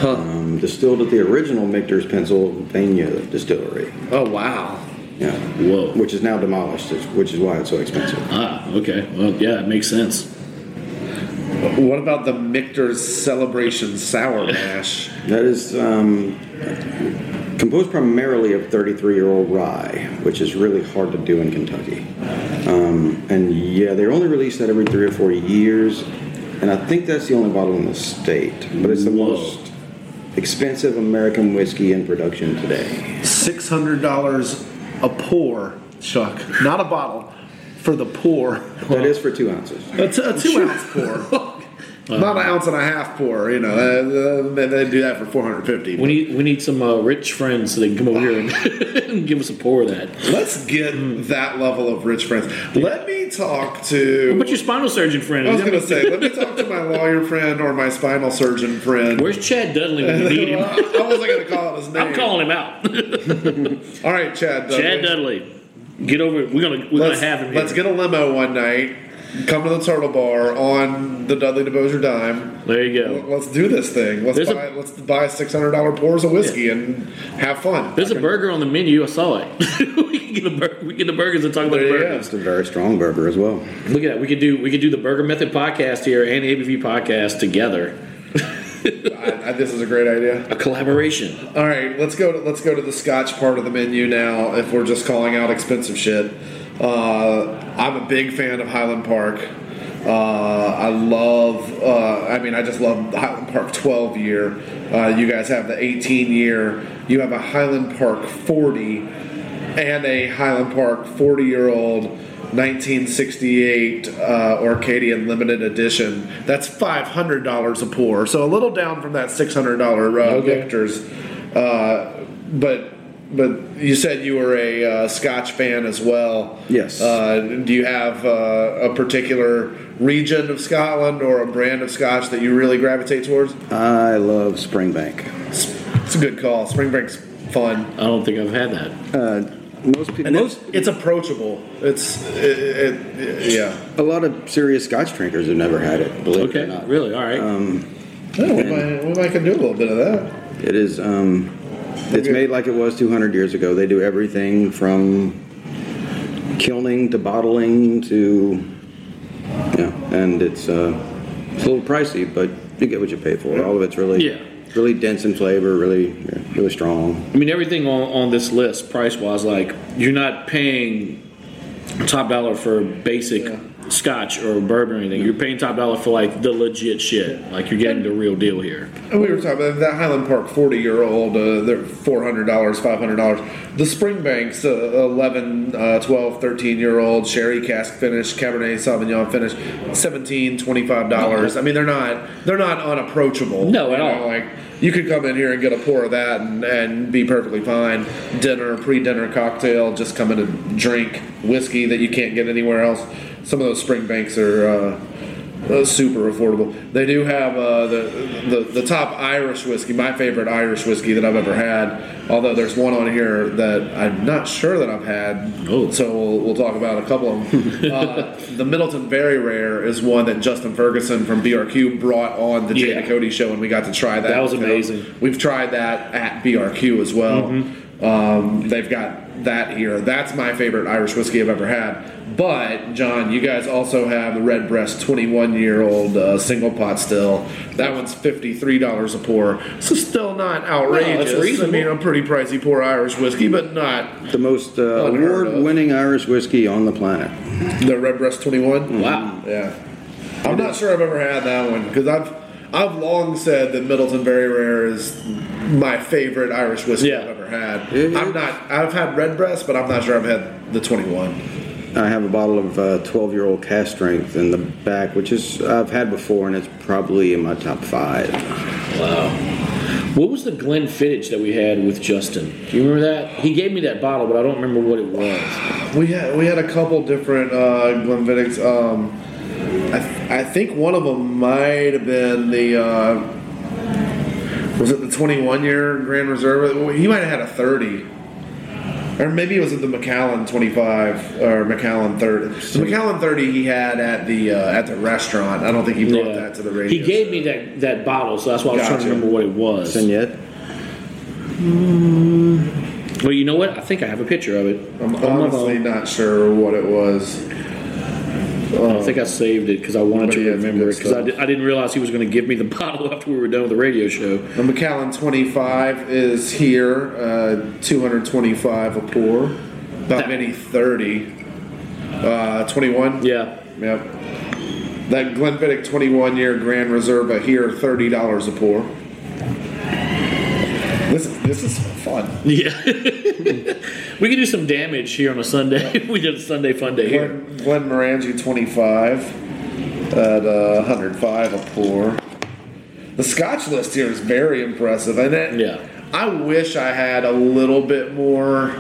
D: Um, distilled at the original Michter's, Pennsylvania distillery.
C: Oh wow.
D: Yeah.
A: Whoa.
D: Which is now demolished, is- which is why it's so expensive.
A: Ah. Okay. Well, yeah, that makes sense.
C: What about the Michter's Celebration Sour Mash?
D: That is um, composed primarily of 33 year old rye, which is really hard to do in Kentucky. Um, and yeah, they only release that every three or four years. And I think that's the only bottle in the state. But it's the
A: Whoa.
D: most expensive American whiskey in production today.
C: Six hundred dollars a pour, Chuck. Not a bottle for the pour.
D: That is for two ounces.
C: A, t- a two ounce pour. *laughs* Not an ounce and a half pour, you know. Uh, uh, they- they do that for 450.
A: We need we need some uh, rich friends so they can come over here and, *laughs* and give us a pour of that.
C: Let's get
A: Hmm.
C: that level of rich friends. Let me talk to.
A: But your spinal surgeon friend.
C: I was going to say, let me talk to my lawyer friend or my spinal surgeon friend. Uh,
A: Where's Chad Dudley when you need
C: *laughs*
A: him?
C: I wasn't going to call out his name.
A: I'm calling him out.
C: All right, Chad. Dudley.
A: Chad Dudley, get over. it. We're gonna we're
C: Let's,
A: gonna have him.
C: let's
A: here.
C: get a limo one night. Come to the Turtle Bar on the Dudley DeBosier dime.
A: There you go.
C: Let's do this thing. Let's
A: There's a-
C: buy let's buy six hundred dollar pours of whiskey and have fun.
A: There's a burger on the menu. I saw it. *laughs* we can get a bur- we can get the burgers and talk about the
C: There you go.
A: burgers.
D: It's a very strong burger as well.
A: Look at that. We could do we could do the Burger Method podcast here and ABV podcast together.
C: I, I, this is a great idea.
A: A collaboration.
C: All right, let's go. To, let's go to the Scotch part of the menu now. If we're just calling out expensive shit, uh, I'm a big fan of Highland Park. Uh, I love. Uh, I mean, I just love the Highland Park 12 year. Uh, you guys have the 18 year. You have a Highland Park 40 and a Highland Park 40 year old 1968 uh, Orcadian limited edition. That's $500 a pour, so a little down from that $600 uh, Victor's. Uh, but but you said you were a uh, Scotch fan as well.
D: Yes.
C: Uh, do you have uh, a particular region of Scotland or a brand of Scotch that you really gravitate towards?
D: I love Springbank.
C: It's a good call. Spring Break's fun.
A: I don't think I've had that.
D: Most people,
C: And
D: most,
C: it's, it's approachable. It's it, it, it, yeah.
D: a lot of serious Scotch drinkers have never had it. Believe it
A: Okay,
D: or not. Um,
A: really? All right.
C: Yeah, we might, we might can do a little bit of that.
D: It is. Um, it's made like it was 200 years ago. They do everything from kilning to bottling to yeah, and it's uh, it's a little pricey, but you get what you pay for. All of it's really
A: yeah.
D: really dense in flavor, really, really strong.
A: I mean, everything on, on this list, price wise, like you're not paying top dollar for basic scotch or bourbon or anything. You're paying top dollar for like the legit shit. Like you're getting the real deal here.
C: And we were talking about that Highland Park forty year old. Uh, they're four hundred dollars, five hundred dollars. The Springbanks uh, 11, uh, 12, 13 year old sherry cask finish, Cabernet Sauvignon finish, 17 dollars. I mean, they're not they're not unapproachable.
A: No,
C: you
A: at
C: know,
A: all.
C: Like you could come in here and get a pour of that and, and be perfectly fine. Dinner, pre dinner cocktail, just come in and drink whiskey that you can't get anywhere else. Some of those Springbanks are. Uh, uh, super affordable. They do have uh, the, the the top Irish whiskey, my favorite Irish whiskey that I've ever had. Although there's one on here that I'm not sure that I've had,
A: Oh.
C: so we'll, we'll talk about a couple of
A: *laughs*
C: them. uh, the Middleton Very Rare is one that Justin Ferguson from BRQ brought on the Jada
A: Yeah.
C: Cody show, and we got to try that.
A: That was
C: You know,
A: amazing. Mm-hmm.
C: We've tried that at BRQ as well. Um, they've got that here. That's my favorite Irish whiskey I've ever had. But John, you guys also have the Red Breast 21 year old uh, single pot still. That one's fifty three dollars a pour, so still not outrageous. I
A: reasonable.
C: mean, a pretty pricey pour Irish whiskey, but not
D: The most uh,
C: Unheard of.
D: award-winning Irish whiskey on the planet.
C: the Red Breast 21.
A: Wow.
C: Yeah, I'm not sure I've ever had that one because I've I've long said that Middleton Very Rare is my favorite Irish whiskey
A: Yeah.
C: I've ever had.
D: It-
C: I'm not. I've had Redbreast, but I'm not sure I've had the 21.
D: I have a bottle of uh, 12-year-old cast strength in the back, which is I've had before, and it's probably in my top five.
A: What was the Glenn Fittich that we had with Justin? Do you remember that? He gave me that bottle, but I don't remember what it was.
C: We had we had a couple different uh, Glenfiddichs. Um, I, th- I think one of them might have been the. Uh, was it the 21 year Grand Reserve? Well, He might have had a 30. Or maybe it was at the McAllen 25 or McAllen 30. The McAllen 30 he had at the uh, at the restaurant. I don't think he brought
A: Yeah.
C: that to the radio.
A: He gave me that, that bottle, so that's why I was trying
C: Gotcha.
A: to remember what it was.
D: And yet,
A: Well, you know what? I think I have a picture of it.
C: I'm
A: on my
C: honestly
A: phone.
C: not sure what it was.
A: I think I saved it because I wanted
C: Oh. But
A: to
C: yeah, it's
A: remember
C: good
A: it because I,
C: stuff.
A: did, I didn't realize he was going to give me the *laughs* bottle after we were done with the radio show.
C: The McAllen 25 is here, uh, 225 a pour, about
A: That-
C: many 30. Uh, 21?
A: Yeah.
C: Yep. That Glenfiddich 21 year Grand Reserve here, $30 a pour. This, this is fun.
A: Yeah. *laughs* we could do some damage here on a Sunday. *laughs* we did a Sunday fun day here.
C: Glen, Glen Morangi 25 at uh, 105 a pour. The Scotch list here is very impressive, and it,
A: Yeah.
C: I wish I had a little bit more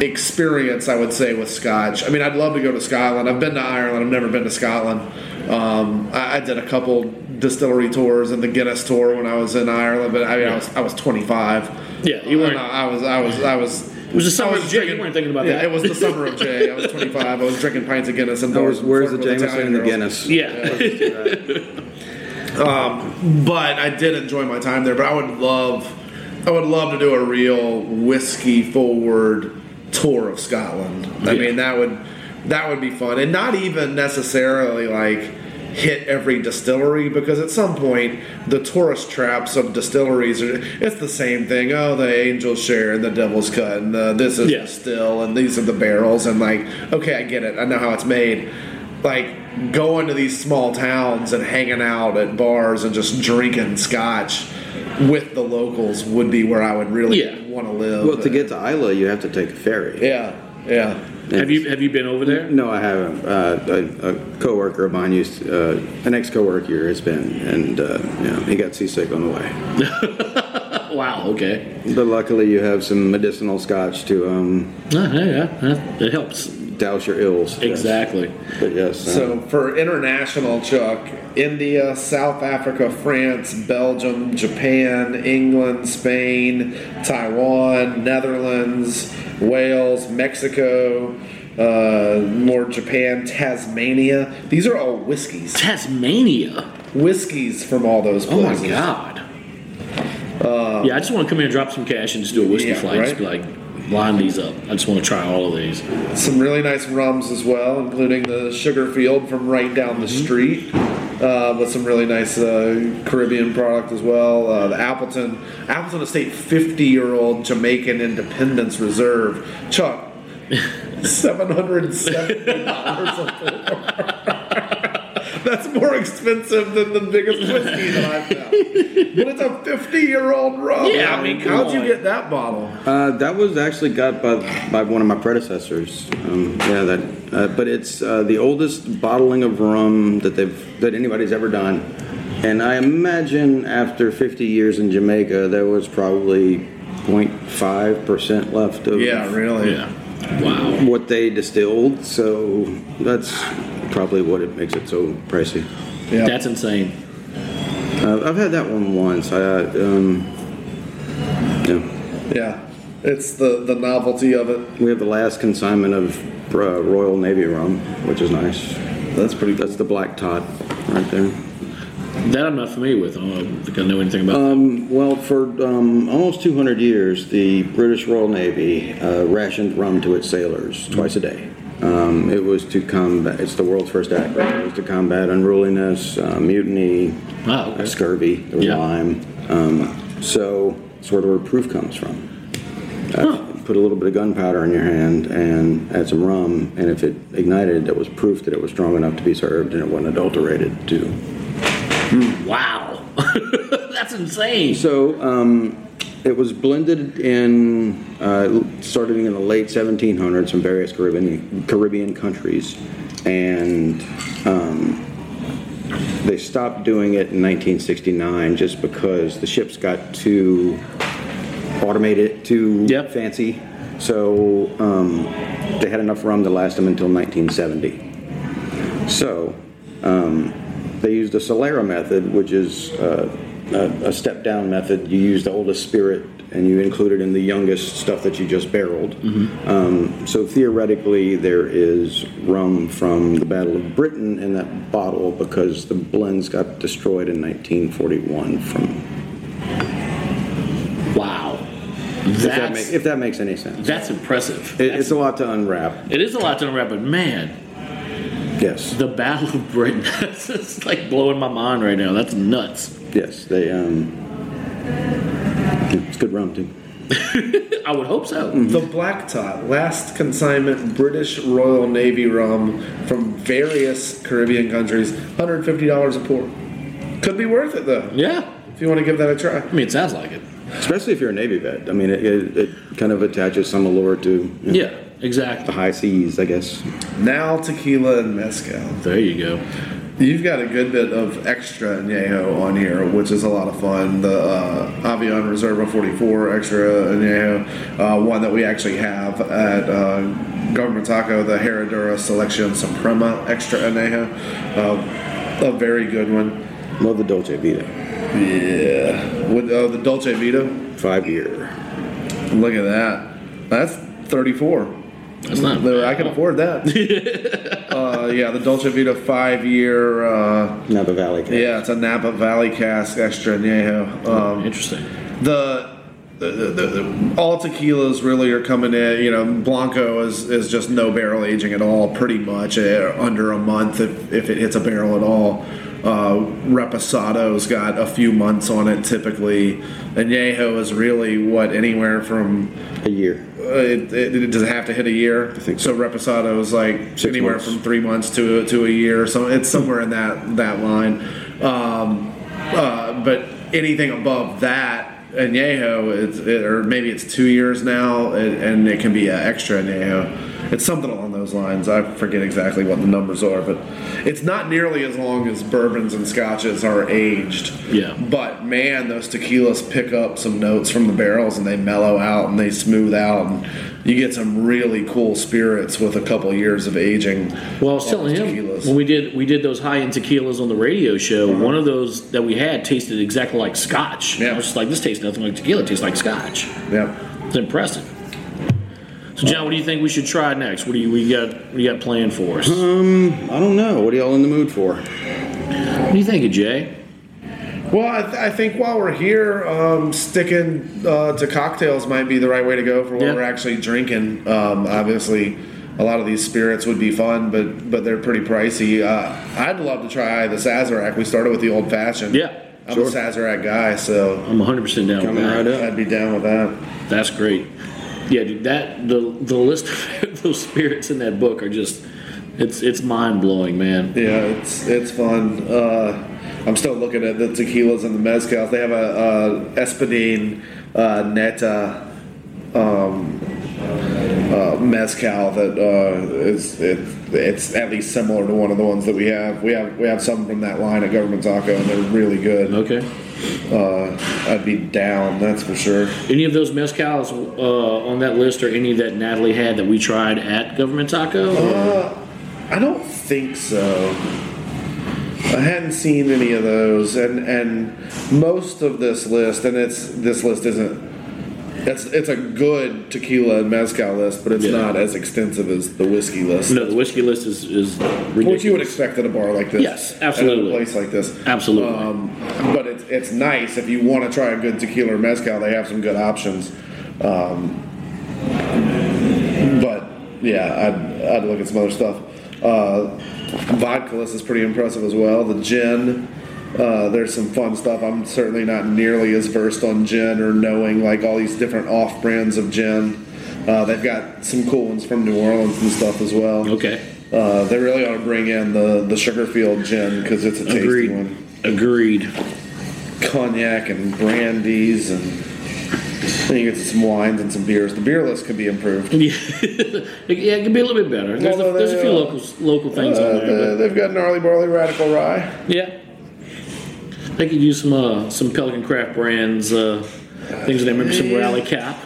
C: experience, I would say, with Scotch. I mean, I'd love to go to Scotland. I've been to Ireland. I've never been to Scotland. Um, I, I did a couple distillery tours and the Guinness tour when I was in Ireland, but I mean, I was I was 25.
A: Yeah, you weren't-
C: And I, I was. I was. I was.
A: It was the summer
C: I was
A: of Jay. You weren't thinking about
C: yeah,
A: that.
C: it was the summer of Jay. I was 25. I was drinking pints of Guinness and
D: where's,
C: bars-
D: where's the
C: flirting with
D: Jameson and the
C: Italian girls.
D: Guinness?
A: Yeah.
C: but I did enjoy my time there. But I would love, I would love to do a real whiskey forward tour of Scotland. I
A: Yeah.
C: mean, that would that would be fun, and not even necessarily like hit every distillery because at some point the tourist traps of distilleries are it's the same thing oh the angel's share and the devil's cut and the, this is
A: Yeah.
C: still and these are the barrels and like okay i get it i know how it's made like going to these small towns and hanging out at bars and just drinking scotch with the locals would be where i would really
A: Yeah.
C: want to live
D: Well, to get to Isla, you have to take a ferry.
C: yeah yeah
A: *laughs* have you have you been over there?
D: No, I haven't. Uh, a, a coworker of mine used, uh, an ex-coworker has been, and uh, you know, he got seasick on the way.
A: Wow. Okay.
D: But luckily, you have some medicinal scotch to um,
A: Uh, yeah, yeah. It helps.
D: douse your ills. Yes.
A: Exactly.
D: But yes. uh, So
C: So for international, Chuck, India, South Africa, France, Belgium, Japan, England, Spain, Taiwan, Netherlands, Wales, Mexico, uh, more Japan, Tasmania. These are all whiskeys.
A: Tasmania.
C: Whiskeys from all those
A: Oh my
C: places.
A: God. yeah, I just want to come in and drop some cash and just do a whiskey
C: Yeah,
A: flight. Just
C: right?
A: be like, line these up. I just want to try all of these.
C: Mm-hmm. Some really nice rums as well, including the Sugarfield from right down the street. uh, with some really nice uh, Caribbean product as well. Uh, the Appleton Appleton Estate 50 year old Jamaican Independence Reserve. Chuck, *laughs* seven hundred seventy dollars a pour. *laughs* That's more expensive than the biggest whiskey that I've found. But it's a 50 year old rum.
A: Yeah, I mean, come
C: how'd you
A: on.
C: get that bottle?
D: Uh, that was actually got by, by one of my predecessors. Um, yeah, that. Uh, but it's uh, the oldest bottling of rum that they've that anybody's ever done, and I imagine after 50 years in Jamaica, there was probably 0.5 percent left of
C: Yeah, really.
A: Yeah. Wow.
D: what they distilled. So that's probably what it makes it so pricey.
C: Yeah.
A: That's insane.
D: Uh, I've had that one once. I uh, um, yeah.
C: Yeah, it's the the novelty of it.
D: We have the last consignment of uh, Royal Navy rum, which is nice. That's pretty. That's the black tot right there.
A: That I'm not familiar with. I don't think I know anything about.
D: Um, well, for um, almost 200 years, the British Royal Navy uh, rationed rum to its sailors twice a day. Um, it was to combat. It's the world's first act. It was to combat unruliness, uh, mutiny,
A: Wow, Ah, okay.
D: scurvy, there was
A: Yeah.
D: lime. Um, so that's where the word proof comes from. Uh, put a little bit of gunpowder in your hand and add some rum, and if it ignited, that was proof that it was strong enough to be served and it wasn't adulterated too.
A: wow. *laughs* That's insane.
D: So um, it was blended in, uh, started in the late 1700s in various Caribbean Caribbean countries, and um, they stopped doing it in 1969 just because the ships got too automated, too
A: Yep.
D: fancy. So um, they had enough rum to last them until 1970. So um, they used the Solera method, which is uh, a, a step down method. You use the oldest spirit and you include it in the youngest stuff that you just barreled.
A: Mm-hmm.
D: Um, so theoretically, there is rum from the Battle of Britain in that bottle because the blends got destroyed in 1941 from
A: Wow.
D: If that,
A: That's
D: makes, if that makes any sense.
A: that's impressive.
D: It, it's a lot to unwrap.
A: It is a lot to unwrap, but man,
D: Yes.
A: the Battle of Britain. *laughs* That's just like blowing my mind right now. That's nuts.
D: Yes. They. Um, it's good rum too.
A: I would hope so.
C: The Black Tot, last consignment British Royal Navy rum from various Caribbean countries, hundred fifty dollars a pour. Could be worth it though
A: Yeah.
C: if you want to give that a try.
A: I mean, it sounds like it.
D: Especially if you're a Navy vet. I mean, it, it, it kind of attaches some allure to you know,
A: Yeah,
D: the
A: exactly.
D: high seas, I guess.
C: Now tequila and mezcal.
A: There you go.
C: You've got a good bit of extra añejo on here, which is a lot of fun. The uh, Avion Reserva 44 extra añejo, uh, one that we actually have at uh, Government Taco, the Herradura Selection Suprema extra añejo, uh, a very good one.
D: Love the Dolce Vita.
C: Yeah, with uh, the Dolce Vita.
D: Five year.
C: Look at that. That's 34.
A: That's not.
C: Literally, I can afford that. uh, yeah, the Dolce Vita five year. Uh,
D: Napa Valley. Cab.
C: Yeah, it's a Napa Valley cask extra añejo. Um,
A: Interesting.
C: the, the, the, the all tequilas really are coming in. You know, Blanco is, is just no barrel aging at all, pretty much uh, under a month if, if it hits a barrel at all. Uh, Reposado's got a few months on it typically. Añejo is really what anywhere from
D: A year.
C: uh, it, it, it doesn't have to hit a year.
D: think
C: so.
D: so.
C: Reposado is like
D: Six
C: anywhere
D: months.
C: from three months to to a year. So it's somewhere in that that line. Um, uh, but anything above that. Añejo, it's, it, or maybe it's two years now, and, and it can be an extra Añejo. It's something along those lines. I forget exactly what the numbers are, but it's not nearly as long as bourbons and scotches are aged.
A: Yeah.
C: But man, those tequilas pick up some notes from the barrels and they mellow out and they smooth out and you get some really cool spirits with a couple years of aging.
A: Well, I was
C: on
A: telling
C: those
A: him when we did we did those high end tequilas on the radio show. One of those that we had tasted exactly like Scotch.
C: Yeah.
A: I was just like, this tastes nothing like tequila. It tastes like Scotch.
C: yeah.
A: It's impressive. So, John, what do you think we should try next? What do you we got? What do you got planned for us? What
D: I don't know. What are y'all in the mood for?
A: do you think, Jay?
C: Well, I, th- I think while we're here, um, sticking uh, to cocktails might be the right way to go for what
A: Yeah.
C: we're actually drinking. Um, obviously, a lot of these spirits would be fun, but but they're pretty pricey. Uh, I'd love to try the Sazerac. We started with the old fashioned.
E: Yeah,
C: I'm
E: sure.
C: a Sazerac guy, so
E: I'm 100 percent down. with
D: Coming
E: that.
D: right up.
C: I'd be down with that.
E: That's great. Yeah, dude, that the the list
A: *laughs*
E: of those spirits in that book are just it's it's mind blowing, man.
C: Yeah, it's it's fun. Uh, I'm still looking at the tequilas and the mezcals. They have a, a Espadine uh, Neta uh, mezcal that uh, is it, it's at least similar to one of the ones that we have. We have we have some from that line at Government Taco, and they're really good.
E: Okay.
C: Uh, I'd be down, that's for sure.
E: Any of those mezcals uh, on that list, or any that Natalie had that we tried at Government Taco?
C: Uh-huh. I don't think so. I hadn't seen any of those, and and most of this list, and it's this list isn't. It's it's a good tequila and mezcal list, but it's
E: Yeah.
C: not as extensive as the whiskey list,
E: no, the whiskey list is is ridiculous.
C: which you would expect at a bar like this.
E: Yes,
C: and
E: absolutely.
C: At a place like this,
E: Absolutely.
C: Um, but it's it's nice if you want to try a good tequila or mezcal. They have some good options. Um, but yeah, I'd, I'd look at some other stuff. Uh, vodka list is pretty impressive as well. The gin. Uh, there's some fun stuff. I'm certainly not nearly as versed on gin or knowing like all these different off brands of gin. Uh, they've got some cool ones from New Orleans and stuff as well.
E: Okay.
C: Uh, they really ought to bring in the the Sugarfield gin because it's a tasty
E: Agreed.
C: one.
E: Agreed. *laughs*
C: Cognac and brandies and then you get some wines and some beers. The beer list could be improved.
E: Yeah, yeah, it could be a little bit better. There's,
C: Although
E: a, there's a
C: they,
E: few
C: uh,
E: local local things
C: Uh,
E: on there,
C: the- they've got gnarly barley radical rye.
E: but yeah, they could use some uh, some Pelican Craft brands uh, things in there. Maybe some Rally Cap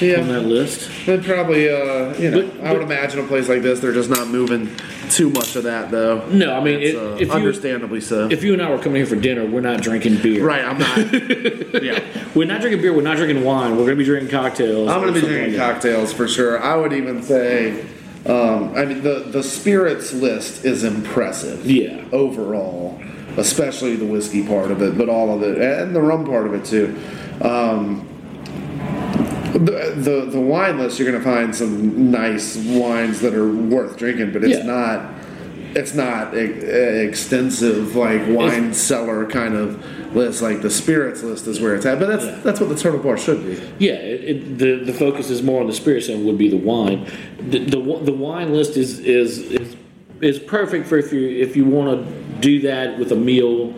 E: on that list.
C: They'd probably, uh, you know,
E: But-
C: I would
E: but-
C: imagine a place like this, they're just not moving too much of that though.
E: No, I mean,
C: It's,
E: it-
C: uh,
E: if you-
C: understandably so.
E: If you and I were coming here for dinner, we're not drinking beer.
C: right, I'm not.
E: *laughs*
C: yeah.
E: We're not drinking beer. We're not drinking wine. We're gonna be drinking cocktails.
C: I'm
E: or
C: going to be
E: something
C: drinking
E: like
C: cocktails for sure. I would even say, um, I mean, the, the spirits list is impressive.
E: Yeah.
C: Overall, especially the whiskey part of it, but all of it, and the rum part of it too. Um, the, the the wine list you're gonna find some nice wines that are worth drinking, but it's
E: Yeah.
C: not it's not e- extensive like wine cellar kind of list. Like the spirits list is where it's at, but that's that's what the turtle bar should be.
E: that. Yeah, it, it, the the focus is more on the spirits and would be the wine. The, the wi- the wine list is is is, is perfect for if you if you want to do that with a meal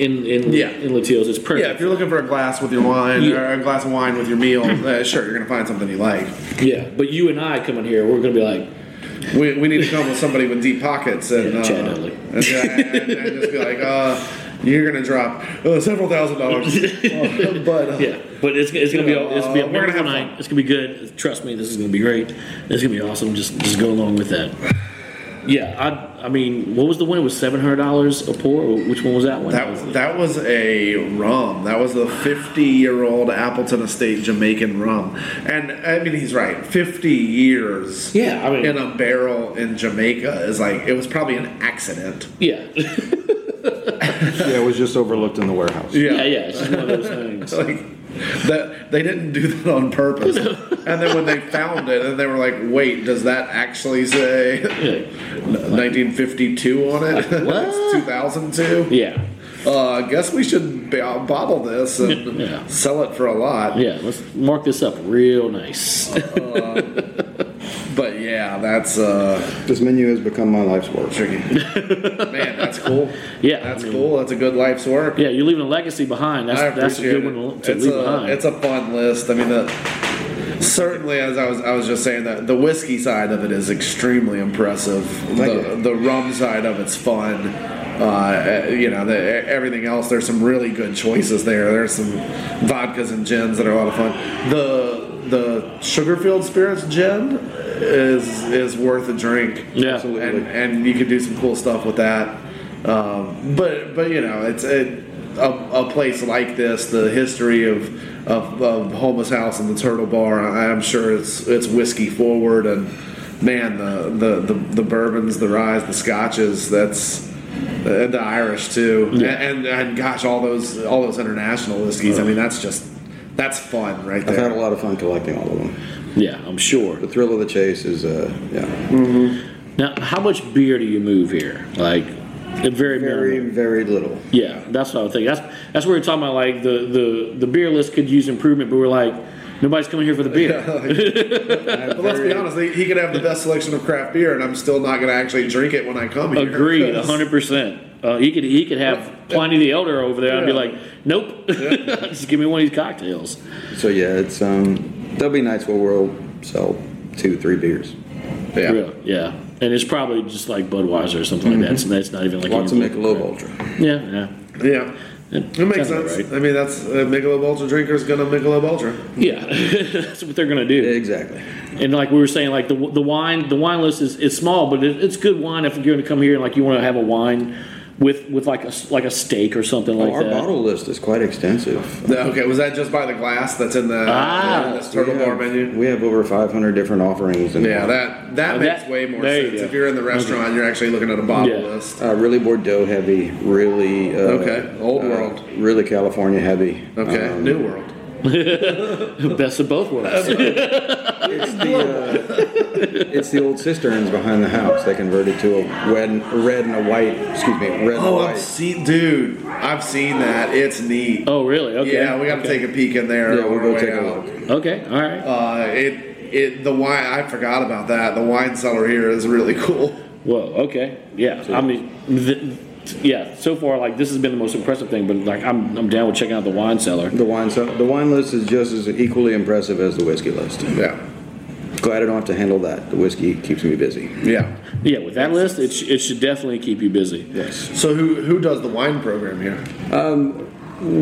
E: in in
C: Yeah.
E: in Latios. It's perfect.
C: Yeah, if you're looking for a glass with your wine or
E: Yeah.
C: a glass of wine with your meal,
E: *laughs*
C: uh, sure, you're gonna find something you like.
E: Yeah, but you and I coming here, we're gonna be like,
C: We, we need to come with somebody with deep pockets and
E: Yeah,
C: uh,
E: Chad Dudley.
C: and, and- and just be like, uh, you're gonna drop uh, several thousand
E: *laughs*
C: dollars, *laughs* Uh, but uh,
E: yeah. But it's, it's gonna be a, it's gonna be
C: Uh,
E: a
C: we're gonna
E: wonderful
C: have
E: night.
C: fun.
E: It's gonna be good. Trust me, this is gonna be great. It's gonna be awesome. Just just go along with that. Yeah, I I mean, what was the one? It was seven hundred dollars a pour. Or Which one was that one?
C: that was that was a rum. That was the 50 year old Appleton Estate Jamaican rum, and I mean he's right. 50 years.
E: yeah, I mean,
C: In a barrel in Jamaica is like it was probably an accident.
E: yeah, *laughs* yeah,
D: Yeah, it was just overlooked in the warehouse.
E: yeah, It's just one of those
C: *laughs*
E: things.
C: like that they didn't do that on
E: *laughs*
C: purpose and then when they found it and they were like wait does that actually say *laughs* 1952 on it *laughs* it's 2002
E: Yeah,
C: uh i guess we should bo- bottle this and
E: *laughs* Yeah.
C: sell it for a lot
E: yeah. Let's mark this up real nice.
C: but yeah that's uh
D: This menu has become my life's work.
E: *laughs*
C: tricky man that's cool
E: Yeah,
C: that's
E: I mean-
C: cool that's a good life's work
E: yeah, you're leaving a legacy behind. That's
C: I
E: that's a
C: appreciate
E: good
C: it.
E: one to
C: it's
E: leave
C: a,
E: behind.
C: It's a fun list. I mean, the, certainly, as I was, I was just saying that the whiskey side of it is extremely impressive. The, the rum side of it's fun. Uh, you know, the, everything else. There's some really good choices there. There's some vodkas and gins that are a lot of fun. The the Sugarfield Spirits gin is is worth a drink
E: yeah,
C: and, and you could do some cool stuff with that. Um, but but you know, it's it, a, a place like this, the history of, of of Homeless House and the Turtle Bar. I- I'm sure it's it's whiskey forward, and man, the the the, the bourbons, the ryes, the scotches. That's and the Irish too, and, and and gosh, all those all those international whiskeys. I mean, that's just that's fun right
D: I've had
C: there.
D: a lot of fun collecting all of them.
E: Yeah, I'm sure.
D: The thrill of the chase is, uh, yeah,
E: Now, how much beer do you move here? Like, a very,
D: very,
E: very.
D: very little.
E: Yeah, that's what I would think. That's that's where we're talking about. Like the the the beer list could use improvement, but we're like nobody's coming here for the
C: *laughs*
E: beer.
C: But let's be honest, they- he could have the best selection of craft beer, and I'm still not going to actually drink it when I come here.
E: Agreed,
C: because-
E: hundred percent. Uh, he could he could have Pliny the Elder over there. I'd be
C: Yeah.
E: like, nope, *laughs* just give me one of these cocktails.
D: So yeah, it's um, there'll be nights where we'll sell two, three beers,
C: Yeah.
E: Really, yeah. And it's probably just like Budweiser or something like that.
C: Mm-hmm.
E: So that's not even like
D: lots of
E: any-
D: Michelob Ultra.
E: Yeah, yeah.
C: Yeah.
E: It
C: It makes
E: sounds about
C: sense.
E: right.
C: I mean, that's a Michelob Ultra drinker's gonna Michelob Ultra.
E: Yeah, *laughs* that's what they're gonna do.
D: Yeah, exactly.
E: And like we were saying, like the the wine the wine list is, is small, but it, it's good wine if you're going to come here and like you want to have a wine with with like a s- like a steak or something like
D: Oh, Our
E: that.
D: bottle list is quite extensive.
C: Okay, was that just by the glass that's in the uh,
E: Ah.
C: in this turtle
D: we
C: bar
D: have,
C: menu?
D: We have over 500 different offerings. And
C: Yeah, that that
E: Oh,
C: makes
E: that-
C: way more
E: there you
C: sense.
E: go.
C: If you're in the restaurant, you're actually looking at a bottle
E: Yeah.
C: list.
D: Uh, really Bordeaux heavy, really. Uh,
C: Okay, old world.
D: Really California heavy.
C: Okay,
D: Um,
C: New World.
E: Best of both worlds.
D: It's the, uh, *laughs* it's the old cisterns behind the house. They converted to a red, a red and a white. Excuse me, red and
C: Oh,
D: white.
C: I've seen, dude. I've seen that. It's neat.
E: oh, really? Okay.
C: Yeah, we got to
E: okay.
C: take a peek in there.
D: yeah,
C: on
D: we'll
C: our
D: go
C: way
D: take a
C: out.
D: look.
E: Okay. All right.
C: Uh, it it the wine. I forgot about that. The wine cellar here is really *laughs* cool.
E: Whoa. Okay. Yeah. I mean, th- yeah. So far, like this has been the most impressive thing. But like, I'm I'm down with checking out the wine cellar.
D: The wine, so the wine list is just as equally impressive as the whiskey list.
C: Yeah,
D: Glad I don't have to handle that. The whiskey keeps me busy.
C: yeah.
E: Yeah, with that list, it, sh- it should definitely keep you busy.
D: Yes.
C: So who who does the wine program here?
D: Um,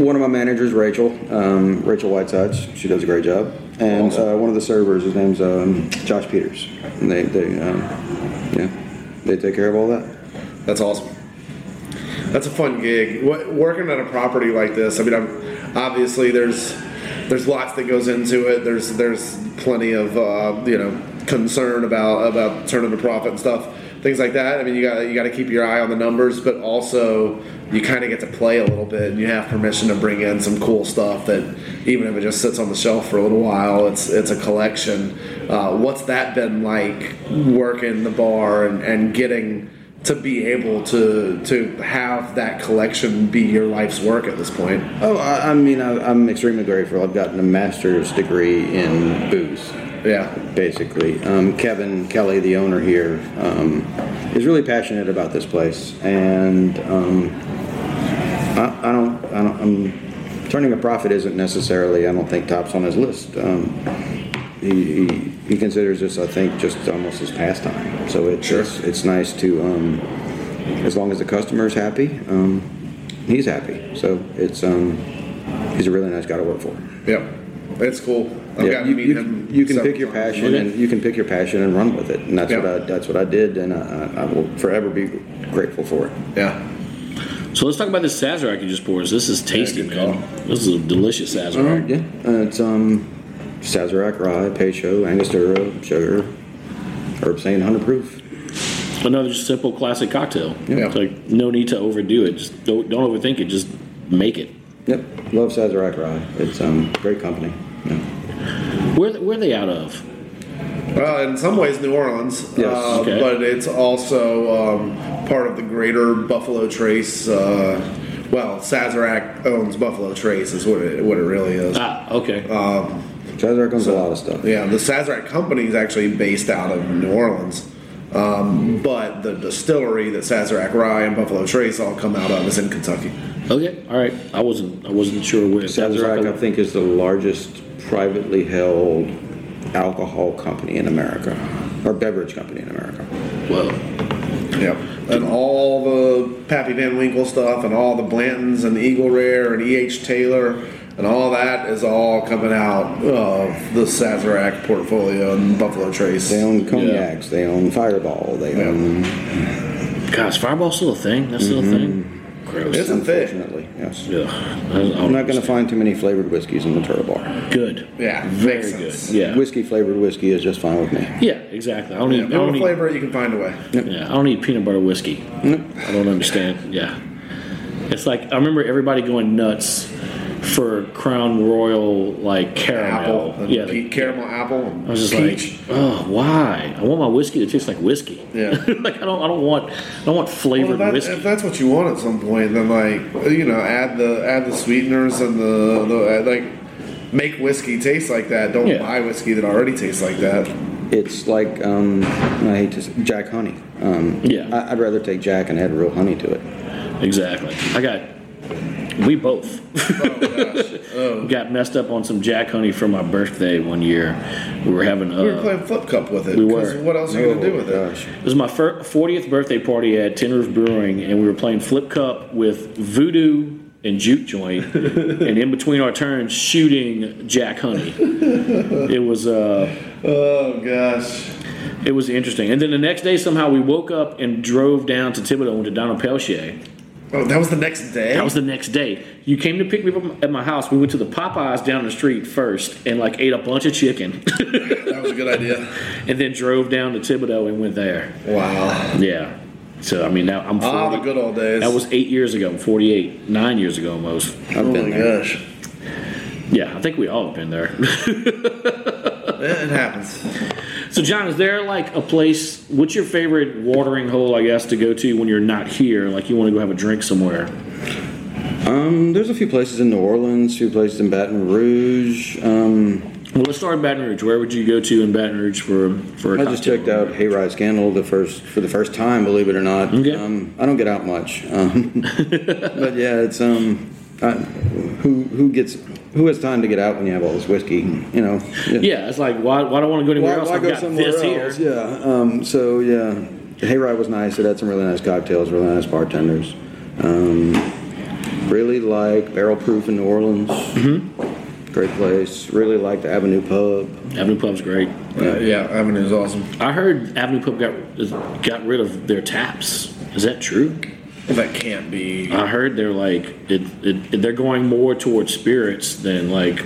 D: One of my managers, Rachel, um, Rachel Whitesides, she does a great job. And uh, one of the servers, his name's um, Josh Peters. And they, they um, yeah, they take care of all that.
C: That's awesome. That's a fun gig. What, working at a property like this, I mean, I'm, obviously there's there's lots that goes into it. There's there's plenty of uh, you know concern about about turning a profit and stuff, things like that. I mean, you got to you got to keep your eye on the numbers, but also you kind of get to play a little bit, and you have permission to bring in some cool stuff that even if it just sits on the shelf for a little while, it's it's a collection. Uh, what's that been like working the bar and, and getting? to be able to to have that collection be your life's work at this point.
D: Oh, I, I mean, I, I'm extremely grateful. I've gotten a master's degree in booze.
C: Yeah.
D: basically. Um, Kevin Kelly, the owner here, um, is really passionate about this place, and um, I, I don't, I don't, I'm, turning a profit isn't necessarily, I don't think, tops on his list. Um, he, he, he considers this, I think, just almost his pastime. So it's it's, it's nice to, um, as long as the customer's happy, um, he's happy. So it's um, he's a really nice guy to work for.
C: Yep. It's cool. I've
D: Yeah,
C: gotten to
D: you,
C: meet
D: you-
C: him.
D: you can
C: several
D: pick your
C: times.
D: passion and you can pick your passion and run with it, and that's
C: Yeah.
D: what I that's what I did, and I, I will forever be grateful for it.
C: Yeah.
E: So let's talk about this Sazerac you just poured. us. This is tasty,
C: good
E: man. This is a delicious Sazerac.
D: Yeah, uh, it's um, Sazerac rye, Peychaud, Angostura, sugar, herb saint, hundred proof.
E: Another just simple classic cocktail.
C: Yeah.
E: It's like no need to overdo it. Just don't don't overthink it. Just make it.
D: Yep, love Sazerac rye. It's um, great company. Yeah.
E: Where where are they out of?
C: Well, in some ways, New Orleans,
D: Yes.
C: uh,
E: Okay.
C: but it's also um, part of the greater Buffalo Trace. Uh, well, Sazerac owns Buffalo Trace, is what it, what it really is.
E: Ah, okay.
D: Sazerac owns a lot of stuff.
C: Yeah, the Sazerac company is actually based out of New Orleans, um, but the distillery that Sazerac Rye and Buffalo Trace all come out of is in Kentucky.
E: okay, all right. I wasn't I wasn't sure where if that was like
D: Sazerac,
E: a-
D: I think, is the largest privately held alcohol company in America, or beverage company in America.
E: Whoa.
C: Yep. And all the Pappy Van Winkle stuff and all the Blantons and Eagle Rare and E.H. Taylor and all that is all coming out of the Sazerac portfolio and Buffalo Trace.
D: They own cognacs. They own Fireball. They
C: Yeah.
D: own.
E: Gosh, fireball's still a thing. That's still a thing. Gross.
C: Mm-hmm. It's a thing.
D: Unfortunately, yes.
E: Ugh.
D: I'm not going to find too many flavored whiskeys in the Turtle Bar.
E: Good.
C: Yeah,
E: Very
C: makes
E: good.
C: sense.
E: Yeah.
D: Whiskey flavored whiskey is just fine with me.
E: yeah. Exactly. I don't
C: Yeah,
E: even. I don't
C: whatever
E: even
C: flavor it, you can find a way.
E: Yeah, I don't eat peanut butter whiskey. I don't understand. Yeah, it's like I remember everybody going nuts for Crown Royal like caramel.
C: Apple, and
E: yeah,
C: pe-
E: the-
C: caramel apple, and
E: I was just
C: peach.
E: like, oh, why? I want my whiskey that tastes like whiskey.
C: Yeah.
E: *laughs* like I don't, I don't want, I don't want
C: Well,
E: flavored
C: if, that-
E: whiskey.
C: if that's what you want at some point, then like you know, add the add the sweeteners and the, the uh, like make whiskey taste like that. Don't
E: Yeah.
C: buy whiskey that already tastes like that.
D: It's like um, I hate to say, Jack honey. Um,
E: Yeah.
D: I, I'd rather take Jack and add real honey to it.
E: Exactly. I got. We both *laughs* got messed up on some Jack Honey for my birthday one year. We were having
C: We were
E: uh,
C: playing flip cup with it.
E: we
C: 'cause
E: were. Oh,
C: What else are you gonna do with it?
D: Oh, gosh.
E: it was my fir- 40th birthday party at Tin Roof Brewing, and we were playing flip cup with Voodoo and Juke Joint, and in between our turns, shooting Jack Honey. It was uh,
C: Oh gosh.
E: it was interesting. And then the next day, somehow we woke up and drove down to Thibodeau and to Donald Pelchier.
C: Oh, that was the next day.
E: That was the next day. You came to pick me up at my house. We went to the Popeyes down the street first and like ate a bunch of chicken *laughs*
C: that was a good idea.
E: and then drove down to Thibodeau and went there.
C: Wow.
E: Yeah. So I mean now I'm 40.
C: Ah, the good old days.
E: that was 8 years ago, 48, 9 years ago almost.
D: I've
C: Oh
D: been
C: my
D: there.
C: gosh.
E: Yeah, I think we all have been there. *laughs*
C: It it happens.
E: so John, is there like a place what's your favorite watering hole I guess to go to when you're not here like you want to go have a drink somewhere?
D: Um, there's a few places in New Orleans, few places in Baton Rouge. Um,
E: Well, let's start in Baton Rouge. Where would you go to in Baton Rouge for for a
D: I just
E: cocktail?
D: checked out Hayride Scandal the first for the first time, believe it or not.
E: Okay.
D: Um, I don't get out much,
E: *laughs*
D: um, but yeah, it's um, I, who who gets who has time to get out when you have all this whiskey? You know.
E: Yeah, it's like why, why do I want to go anywhere else? I've got this here.
D: Yeah. Um, so yeah, the Hayride was nice. It had some really nice cocktails, really nice bartenders. Um, really like Barrel Proof in New Orleans.
E: Mm-hmm.
D: Great place. Really like the Avenue Pub.
E: Avenue Pub's great.
C: Uh, yeah, Avenue's awesome.
E: I heard Avenue Pub got got rid of their taps. Is that true?
C: That can't be.
E: I heard they're like it, it, they're going more towards spirits than like.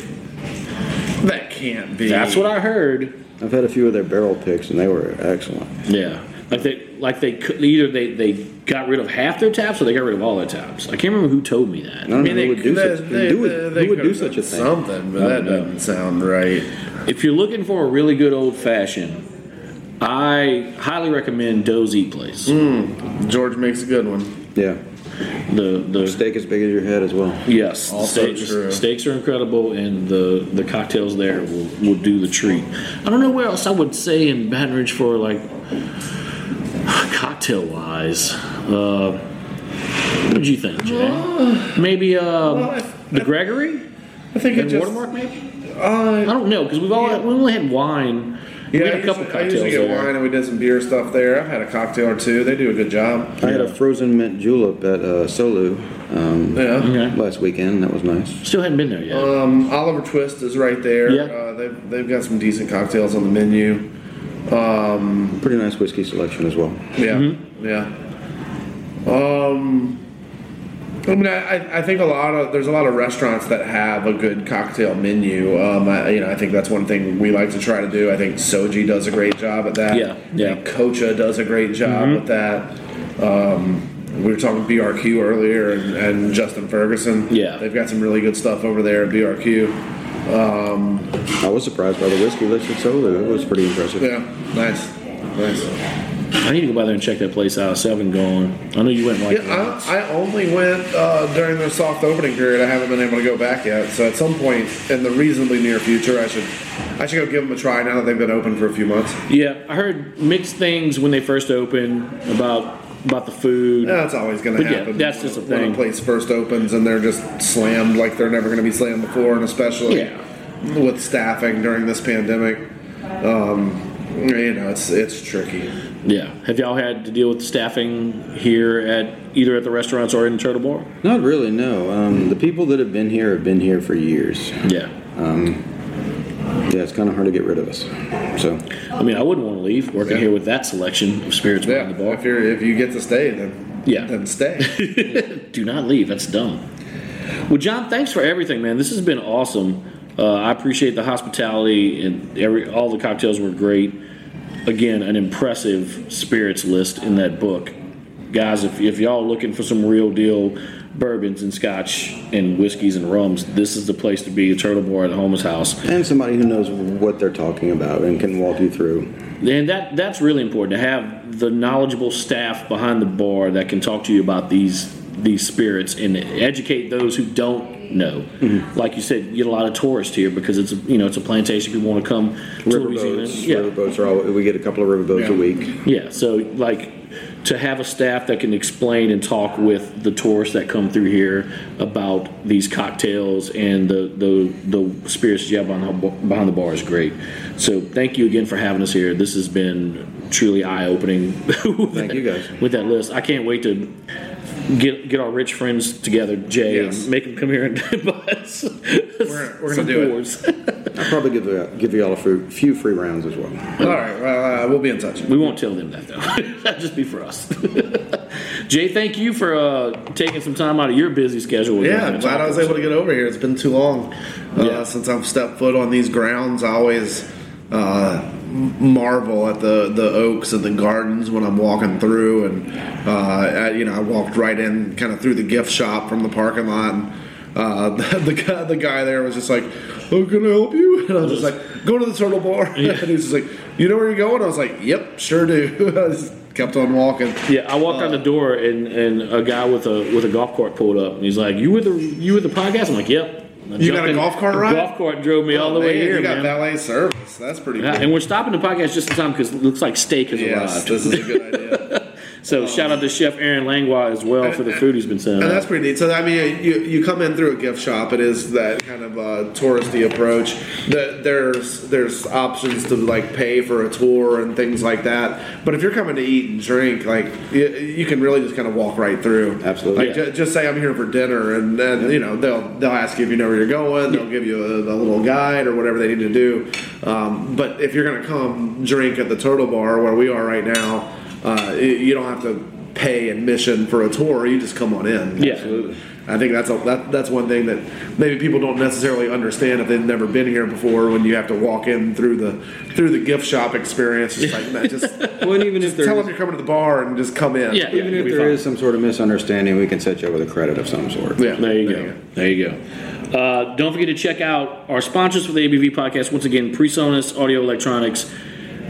C: That can't be.
E: That's what I heard.
D: I've had a few of their barrel picks, and they were excellent.
E: Yeah, like they like they could either they they got rid of half their taps or they got rid of all their taps. I can't remember who told me that.
D: I don't know who would do
C: they-
D: such, who
C: they-
D: would-
C: they-
D: who
C: they
D: would do
C: could've
D: such a
C: done
D: thing.
C: Something, but
E: I
C: that
E: don't know.
C: doesn't sound right.
E: If you're looking for a really good old fashioned, I highly recommend Doe's Eat Place.
C: George makes a good one.
D: Yeah,
E: The the
D: steak as big as your head as well.
E: Yes, the
C: Also
E: steaks,
C: true.
E: steaks are incredible, and the, the cocktails there will, will do the treat. I don't know where else I would say in Baton Rouge for like cocktail wise. Uh, what did you think, Jay? Maybe uh,
C: I-
E: the Gregory
C: I think
E: and
C: it just.
E: Watermark, maybe.
C: Uh,
E: I don't know because we've all
C: Yeah.
E: we only had wine.
C: yeah,
E: we had
C: I
E: a couple
C: usually- I
E: cocktails
C: usually get
E: there.
C: wine and we did some beer stuff there. I've had a cocktail or two. They do a good job.
D: I had a frozen mint julep at uh, Solu um,
C: Yeah.
E: Okay.
D: last weekend. That was nice.
E: Still hadn't been there yet.
C: Um, Oliver Twist is right there.
E: Yeah.
C: Uh, they've, they've got some decent cocktails on the menu. Um,
D: Pretty nice whiskey selection as well.
C: Yeah,
E: Mm-hmm.
C: yeah. Um, I mean, I, I- I think a lot of there's a lot of restaurants that have a good cocktail menu. Um, I, you know, I think that's one thing we like to try to do. I think Soji does a great job at that.
E: Yeah, yeah. Mm-hmm.
C: I think Kocha does a great job with that. Um, we were talking BRQ earlier and, and Justin Ferguson.
E: Yeah.
C: they've got some really good stuff over there at BRQ.
D: I was surprised by the whiskey list at Solu. It was pretty impressive.
C: Yeah, nice, nice.
E: I need to go by there and check that place out. So I haven't gone. I know you went like
C: Yeah, I, I only went uh, during their soft opening period. I haven't been able to go back yet. So at some point in the reasonably near future, I should I should go give them a try now that they've been open for a few months.
E: Yeah, I heard mixed things when they first opened about about the food.
C: Yeah, that's always going to
E: But yeah,
C: happen.
E: that's just a
C: when
E: thing.
C: When a place first opens and they're just slammed like they're never going to be slammed before, and especially
E: Yeah.
C: with staffing during this pandemic. Um, you know, it's it's tricky.
E: Yeah. Have y'all had to deal with staffing here at either at the restaurants or in Turtle Bar?
D: Not really, no. Um, the people that have been here have been here for years.
E: Yeah.
D: Yeah, it's kind of hard to get rid of us. So,
E: I mean, I wouldn't want to leave working
C: Yeah.
E: here with that selection of spirits
C: Yeah,
E: behind the
C: if
E: bar.
C: you if you get to stay, then
E: Yeah.
C: then
E: *laughs*
C: stay.
E: Do not leave. That's dumb. Well, John, thanks for everything, man. This has been awesome. Uh, I appreciate the hospitality and every all the cocktails were great. Again, an impressive spirits list in that book, guys. If, if y'all looking for some real deal bourbons and scotch and whiskeys and rums, this is the place to be. A turtle bar at a homeless house.
D: and somebody who knows what they're talking about and can walk you through.
E: And that that's really important to have the knowledgeable staff behind the bar that can talk to you about these these spirits and educate those who don't know. Like you said, you get a lot of tourists here because it's a, you know it's a plantation. People want to come to Louisiana.
D: Riverboats, riverboats are all. We get a couple of riverboats
C: Yeah.
D: a week.
E: Yeah, so like to have a staff that can explain and talk with the tourists that come through here about these cocktails and the the, the spirits you have behind the, behind the bar is great. So thank you again for having us here. This has been truly eye opening.
D: Thank you, guys.
E: *laughs* With that list, I can't wait to. Get, get our rich friends together, Jay,
C: Yes.
E: and make them come here and *laughs* buy us.
C: we're gonna do it.
D: I'll probably give you, give you all a few, few free rounds as well.
C: All right, well, uh, we'll be in touch.
E: We won't tell them that though. *laughs* That'd just be for us. *laughs* Jay, thank you for uh, taking some time out of your busy schedule. with
C: Yeah,
E: Johanna
C: glad I was
E: Tacos.
C: able to get over here. It's been too long uh,
E: Yeah.
C: since I've stepped foot on these grounds. I always uh, m- marvel at the, the oaks and the gardens when I'm walking through. And, uh, I, you know, I walked right in kind of through the gift shop from the parking lot. And, uh, *laughs* the, guy, the guy there was just like, oh, can I help you? *laughs* And I was just like, go to the turtle bar. *laughs* and he was just like, you know where you're going? I was like, yep, sure do. *laughs* I just kept on walking.
E: Yeah, I walked out
C: uh,
E: the door and, and a guy with a with a golf cart pulled up and he's like, "You with the you with the podcast?" I'm like, "Yep." I
C: You got
E: jumped
C: a
E: in-
C: golf cart
E: the
C: ride? Oh,
E: Golf cart drove me all the
C: Man,
E: way here,
C: you got
E: man.
C: valet service. That's pretty
E: Yeah,
C: cool.
E: and we're stopping the podcast just in time because it looks like steak has
C: Yes,
E: arrived.
C: this is a good idea.
E: So shout out to Chef Aaron Langlois as well for the food he's been sending.
C: and
E: out.
C: that's pretty neat. So I mean, you you come in through a gift shop. It is that kind of uh, touristy approach. That there's there's options to like pay for a tour and things like that. But if you're coming to eat and drink, like you, you can really just kind of walk right through.
D: Absolutely.
C: Like, ju- just say I'm here for dinner, and then you know they'll they'll ask you if you know where you're going. They'll give you a, a little guide or whatever they need to do. Um, but if you're gonna come drink at the Turtle Bar where we are right now, uh, y- you don't have to pay admission for a tour. You just come on in.
E: Yeah.
C: Absolutely. I think that's a, that, that's one thing that maybe people don't necessarily understand if they've never been here before. When you have to walk in through the through the gift shop experience, it's like man, just
D: *laughs* Well, and even if there
C: tell
D: is-
C: them you're coming to the bar and just come in.
E: Yeah,
D: even
E: yeah,
D: if
E: you'll be
D: there
E: fine.
D: is some sort of misunderstanding, we can set you up with a credit of some sort.
C: Yeah.
E: There you go. There you go. Uh, don't forget to check out our sponsors for the ABV podcast. Once again, PreSonus Audio Electronics,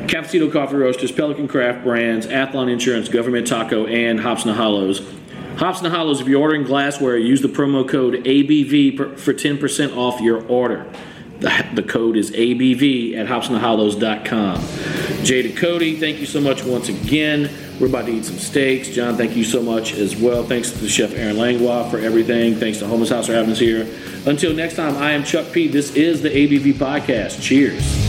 E: Cafecito Coffee Roasters, Pelican Craft Brands, Athlon Insurance, Government Taco, and Hops and Hollows. Hops and Hollows, if you're ordering glassware, use the promo code ABV per- for 10% off your order. The, the code is ABV at hopsandhollows.com. Jada Cody, thank you so much once again. We're about to eat some steaks. John, thank you so much as well. Thanks to Chef Aaron Langlois for everything. Thanks to Homeless House for having us here. Until next time, I am Chuck P. This is the ABV Podcast. Cheers.